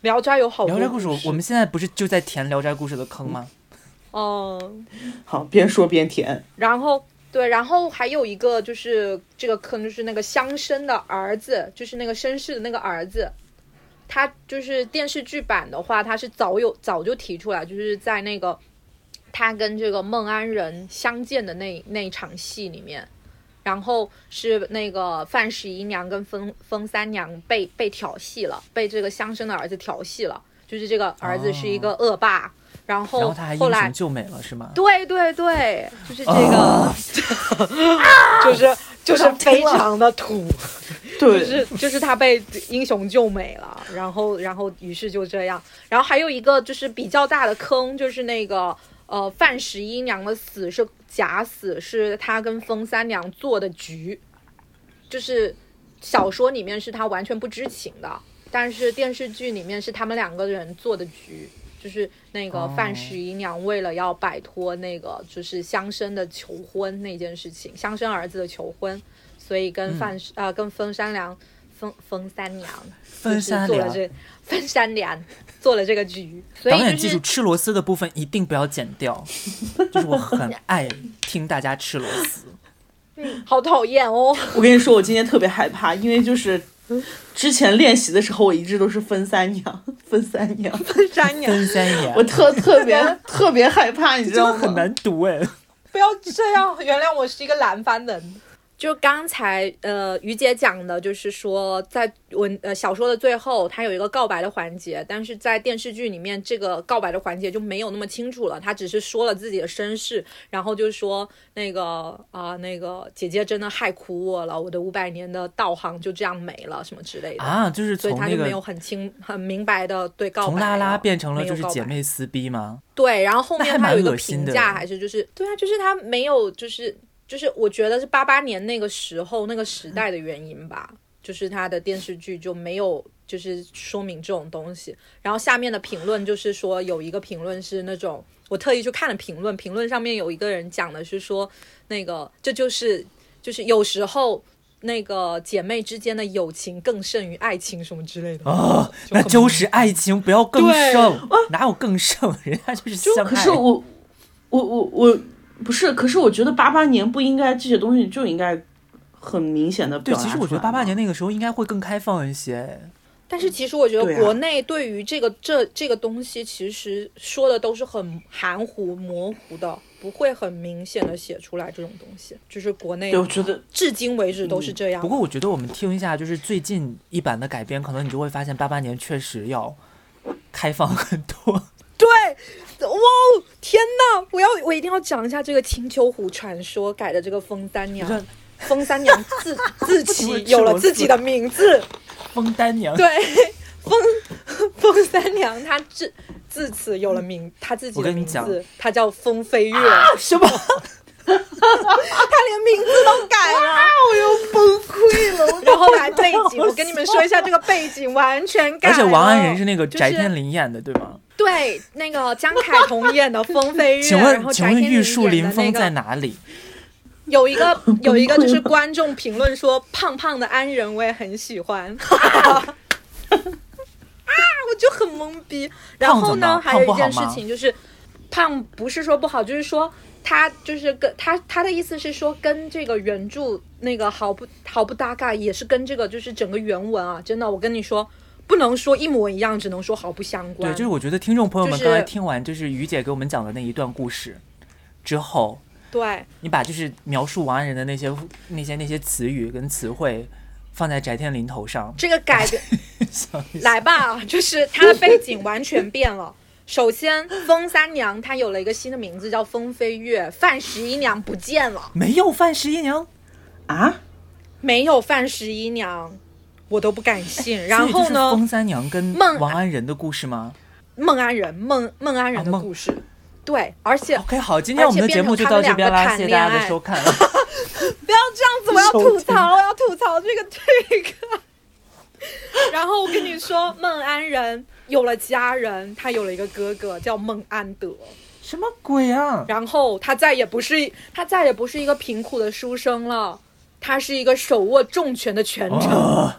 聊斋有好多
聊斋故事，我我们现在不是就在填聊斋故事的坑吗？
嗯，
好，边说边填。
然后对，然后还有一个就是这个坑，就是那个乡绅的儿子，就是那个绅士的那个儿子，他就是电视剧版的话，他是早有早就提出来，就是在那个他跟这个孟安人相见的那那一场戏里面。然后是那个范十一娘跟封封三娘被被调戏了，被这个乡绅的儿子调戏了，就是这个儿子是一个恶霸，然
然
后
后他还英
后来
雄救美了，是吗？
对对对，就是这个，
哦
<laughs> 就是就是非常的土，就
对，
是就是他被英雄救美了，然后然后于是就这样，然后还有一个就是比较大的坑，就是那个。呃，范十一娘的死是假死，是她跟封三娘做的局，就是小说里面是她完全不知情的，但是电视剧里面是他们两个人做的局，就是那个
哦
范十一娘为了要摆脱那个就是乡绅的求婚那件事情，乡绅儿子的求婚，所以
嗯
跟范、呃跟封三娘。封封三娘，
封三
就是做
娘
了这封三娘做了这个局，所以
导演
就
记
是
住吃螺丝的部分一定不要剪掉，就是我很爱听大家吃螺丝。
好讨厌哦。
我跟你说，我今天特别害怕，因为就是之前练习的时候，我一直都是分三娘， <laughs> 分三娘，
三娘，
分三
我
爷，
特特
<laughs>
别特别害怕，你知
真
道吗？
的很难读哎。
不要这样，原谅我是一个南方人。就刚才呃，于姐讲的，就是说在文呃小说的最后，它有一个告白的环节，但是在电视剧里面，这个告白的环节就没有那么清楚了。她只是说了自己的身世，然后就说那个啊、那个姐姐真的害苦我了，我的五百年的道行就这样没了，什么之类的。
<laughs> 啊，就是
所以
从
她
那
就没有
个
很清很明白的对告白
从拉拉变成了
没
就
有
是
告
姐
白
妹撕逼吗？
对，然后后
那还
面他有一
蛮
个
恶心
评
的
价，还是就是对啊，就是他没有，就是就是我觉得是八八年那个时候那个时代的原因吧，就是他的电视剧就没有就是说明这种东西。然后下面的评论就是说有一个评论是那种我特意去看了评论，评论上面有一个人讲的是说那个这就是就是有时候。那个姐妹之间的友情更胜于爱情什么之类的，
哦，那
很
就是爱情，不要更
对哦
胜，哪有更胜？人家就是相
可
爱
是。我，我我我不是，可是我觉得八八年不应该这些东西就应该很明显的
对，其实我觉得八八年那个时候应该会更开放一些。
但是其实我觉
对
得
啊
国内对于这个、这这个东西，其实说的都是很含糊、模糊的，不会很明显的写出来这种东西。就是国内
对，我觉得
至今为止都是这样。
嗯不过我觉得我们听一下，就是最近一版的改编，可能你就会发现八八年确实要开放很多。 <laughs>
对，哇哦，天呐，我要我一定要讲一下这个青丘湖传说改的这个风三
你
娘
说。
风三娘
<laughs>
自自
不
己
停地吃
有了
螺
自
丝
己的名字，
枫丹娘，
对，风风三娘她自自此有了名，她自己
我
的
跟你
名
讲
字，她叫风飞月。
什么？
他连名字都改了，我又崩溃了。然后来背
<laughs>
景，我跟你们说一下这个背景完全改
而
了。
且王安仁是那个翟
就是
天临演的，对吗？
对那个江凯彤演的《风飞月》，
请
然
问
后
请
翟
问
天临
玉树临风
演的
在
那个
哪里？<laughs>
有一个有一个就是观众评论说胖胖的安仁我也很
<laughs>
喜欢。啊，我就很懵逼。然后呢，
胖怎么
还有
胖不
一
好
件
吗
事情就是，胖不是说不好，就是说他就是跟他他的意思是说跟这个原著那个毫不毫不搭嘎，也是跟这个就是整个原文啊，真的，我跟你说。不能说一模一样，只能说毫不相
对，
关。
就是我觉得听众朋友们
就是
刚才听完就是于姐给我们讲的那一段故事之后，
对
你把就是描述王安仁的那些那些那些词语跟词汇放在翟天临头上，
这个改
<laughs>
的，
想一下
来吧，就是它的背景完全变了。首先，封三娘她有了一个新的名字叫封飞月，范十一娘不见了，
没有范十一娘，
啊，
没有范十一娘，我都不敢信。
<laughs>
然
所以就
后
是
呢
封，三娘跟
孟
王安仁的故事吗
孟安仁，孟孟安仁
啊
的
孟哦
故事，对，而且
？OK，好，今天我们的节目就到这边啦，谢谢大家的收看。
<laughs> 不要这样子，我要
收
吐
听
槽，我要吐槽这个这个。 <laughs> 然后我跟你说，孟安仁有了家人，他有了一个哥哥叫孟安德。
什么鬼啊？
然后他再也不是他再也不是一个贫苦的书生了，他是一个手握重权的权臣。
哦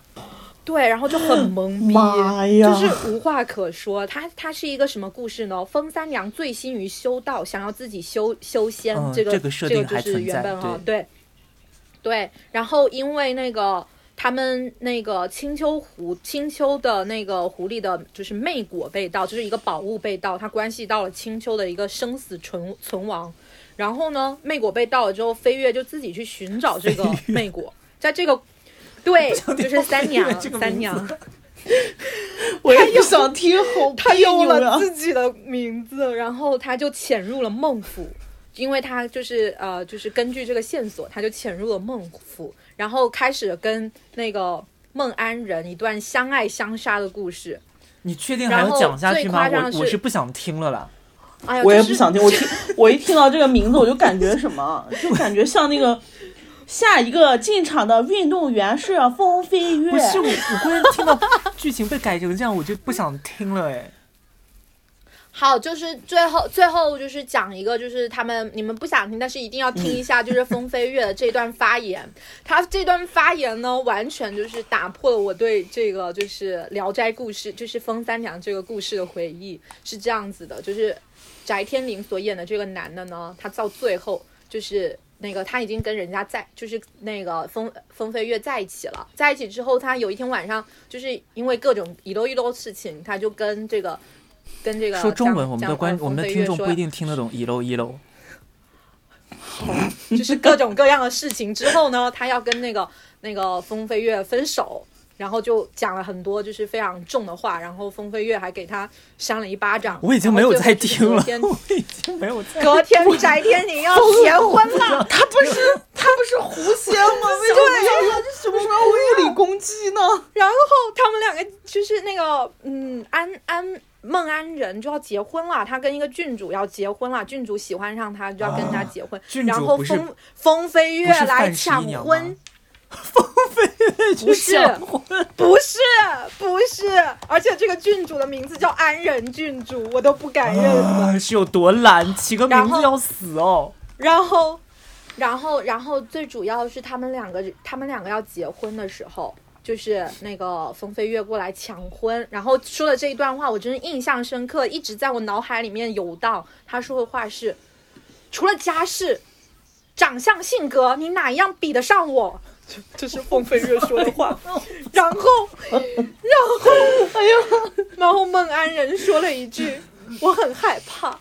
对，然后就很懵
妈
逼，
呀
就是无话可说。他他是一个什么故事呢？封三娘醉心于修道，想要自己修修仙，
嗯
这个
这个设定还
就是
存在
原本哈、对对。然后因为那个他们那个青丘湖青丘的那个湖里的就是魅果被盗，就是一个宝物被盗，它关系到了青丘的一个生死存存亡。然后呢，魅果被盗了之后，飞跃就自己去寻找这个魅果，在这个对，就是三娘
这个名字
三娘， <laughs>
我也不想听，好
她
别扭
用
啊
了
呀
自己的名字，然后她就潜入了孟府，因为她就是呃，就是根据这个线索，她就潜入了孟府，然后开始跟那个孟安人一段相爱相杀的故事。
你确定还要讲下去吗？
然后最夸
我
张的是
我是不想听了啦。
哎呀，
我也
就是
不想听，我 <laughs> 听我一听到这个名字我就感觉什么，就感觉像那个下一个进场的运动员是风飞跃
不，是我，我忽然听到 <laughs> 剧情被改成这样，我就不想听了哎。
好，就是最后最后就是讲一个，就是他们你们不想听，但是一定要听一下，就是风飞月的这段发言。他这段发言呢，完全就是打破了我对这个就是《聊斋故事》就是封三娘这个故事的回忆。是这样子的，就是翟天临所演的这个男的呢，他到最后就是那个他已经跟人家在，就是那个风风飞月在一起了。在一起之后，他有一天晚上就是因为各种一溜一溜事情，他就跟这个。跟这个
说中
江
文，我们
江
的
呃
观我们的
风飞
听
跃
众
说
不一定听得懂一楼一楼。
就是各种各样的事情之后呢，他要跟那个那个风飞月分手，然后就讲了很多就是非常重的话，然后风飞月还给他扇了一巴掌。
我已经没有在听了，
然后
我已经没有在。
隔天隔天翟天临要结婚了，
他不是他不是狐仙吗？为什么要什么时候无理攻击呢？
然后他们两个就是那个嗯安安。孟安仁就要结婚了，他跟一个郡主要结婚了，郡主喜欢上他就要跟他结婚，
啊郡主
然后
不是
风风飞月
不是
来
范十一
抢
娘吗
婚，
不 <laughs>
是不是，不是，而且这个郡主的名字叫安仁郡主，我都不敢认 <laughs> 了。
啊，是有多懒，起个名
然后
字要死哦。
然后，然后，然后最主要是他们两个，他们两个要结婚的时候，就是那个风飞月过来抢婚，然后说了这一段话，我真是印象深刻，一直在我脑海里面游荡。他说的话是：除了家世、长相、性格，你哪一样比得上我？ <laughs> 这这是凤飞月说的话，然后，然后，哎呀，然后孟安仁说了一句：“我很害怕，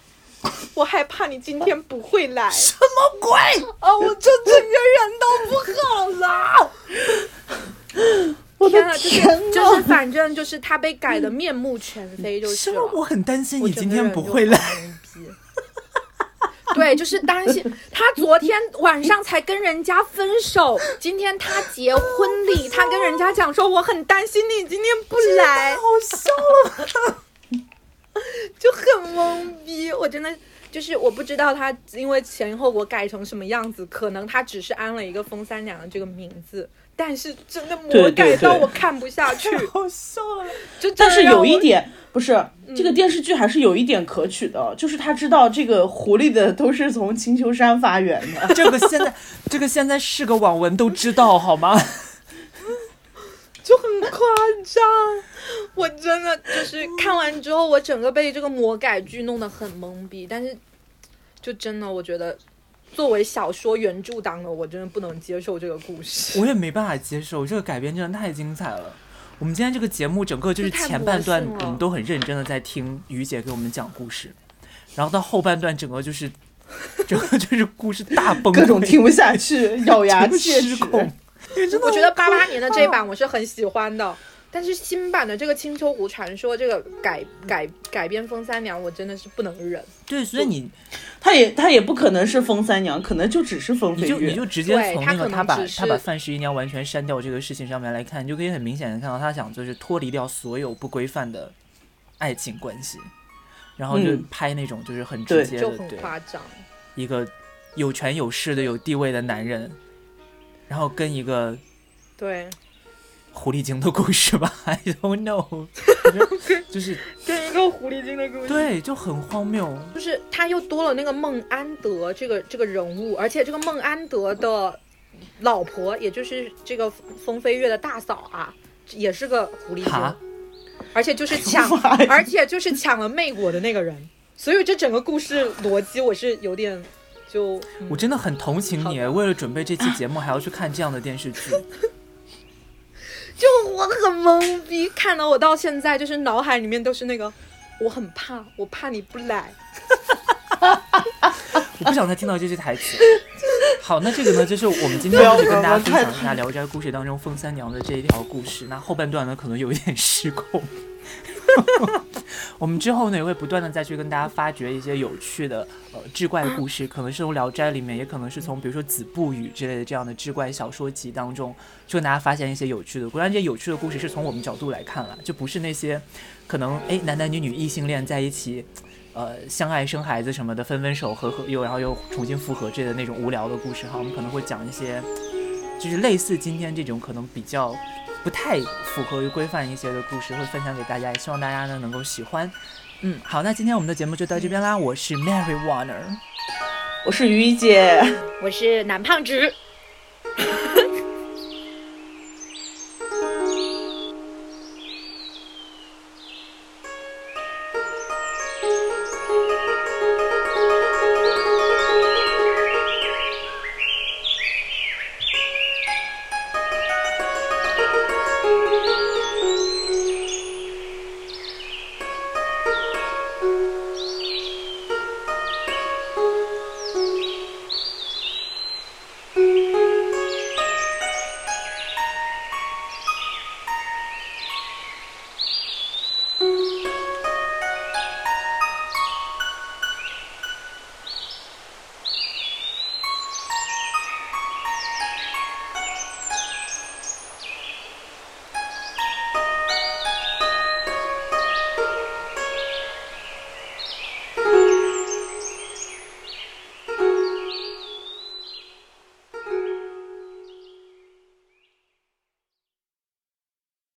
我害怕你今天不会来。”什么鬼？啊！我这整个人都不好了。
<laughs> 我的
天啊，就是
天呐！嗯
就是，反正就是他被改的面目全非，就是
什
了
么？我很担心
我
你
整
今
个
天
人
不
就
会
很
来。
懵逼。对，就是担心他昨天晚上才跟人家分手，今天他结婚礼，他跟人家讲说我很担心你今天不来，
好笑了，
就很懵逼。我真的就是我不知道他因为前因后果改成什么样子，可能他只是安了一个风三娘的这个名字，但是真的魔
对对
改到
对
我看
<laughs>
不下去，
好笑了。
就真的
<laughs> 但是
让
有一
我
点不是、这个电视剧还是有一点可取的，就是他知道这个狐狸的都是从青丘山发源的。
<laughs> 这个现在，这个现在是个网文都知道好吗？
就很夸张，我真的就是看完之后，我整个被这个魔改剧弄得很懵逼。但是，就真的我觉得，作为小说原著党的我，真的不能接受这个故事。
我也没办法接受，这个改编真的太精彩了。我们今天这个节目整个就是
这太
前半段
魔性了
我们都很认真的在听于姐给我们讲故事，然后到后半段整个就是，整个就是故事大崩
<laughs>
溃，
各种听不下去， <laughs> 咬牙切齿
失。控。
我觉得八八年的这版我是很喜欢的，但是新版的这个《青丘狐传说》这个改改改编《风三娘》，我真的是不能忍。
对，所以你
他也他也不可能是风三娘，可能就只是风
你
飞
就你
月。
就直接
对
从
他
那个
可能
他把
只
他把
是
范十一娘完全删掉这个事情上面来看，你就可以很明显的看到他想就是脱离掉所有不规范的爱情关系，然后就
嗯
拍那种就是很
对
直接
就
的，
很
对，
夸张。
一个有权有势的有地位的男人，然后跟一个
<laughs> 对，
狐狸精的故事吧，I don't know，就是
跟一个狐狸精的故事。
对，就很荒谬。
就是他又多了那个孟安德这个这个人物，而且这个孟安德的老婆，也就是这个风飞月的大嫂啊，也是个狐狸
哈，Oh
精，而
<laughs>
且就是
<laughs>
抢
妈呀，
而且就是抢了魅果的那个人，所以这整个故事逻辑我是有点就嗯
我真的很同情你，为了准备这期节目还要去看这样的电视剧，
就我很懵逼，看到我到现在就是脑海里面都是那个我很怕，我怕你不来，
我不想再听到这句台
<laughs>
词。好，那这个呢，就是我们今天
不要
就跟大家
不
分
要
享一下《聊斋故事》当中风三娘的这一条故事。那后半段呢，可能有一点失控。 <laughs> 我们之后呢，也会不断的再去跟大家发掘一些有趣的呃志怪故事，可能是从《聊斋》里面，也可能是从比如说《子不语》之类的这样的志怪小说集当中，去跟大家发现一些有趣的。固然这些有趣的故事是从我们角度来看了，就不是那些可能哎男男女女异性恋在一起呃相爱生孩子什么的，分分手合合又然后又重新复合之类的那种无聊的故事哈。我们可能会讲一些，就是类似今天这种可能比较不太符合于规范一些的故事，会分享给大家，也希望大家呢能够喜欢。嗯，好，那今天我们的节目就到这边啦。我是 Mary Warner，
我是于一姐。
我是男胖子。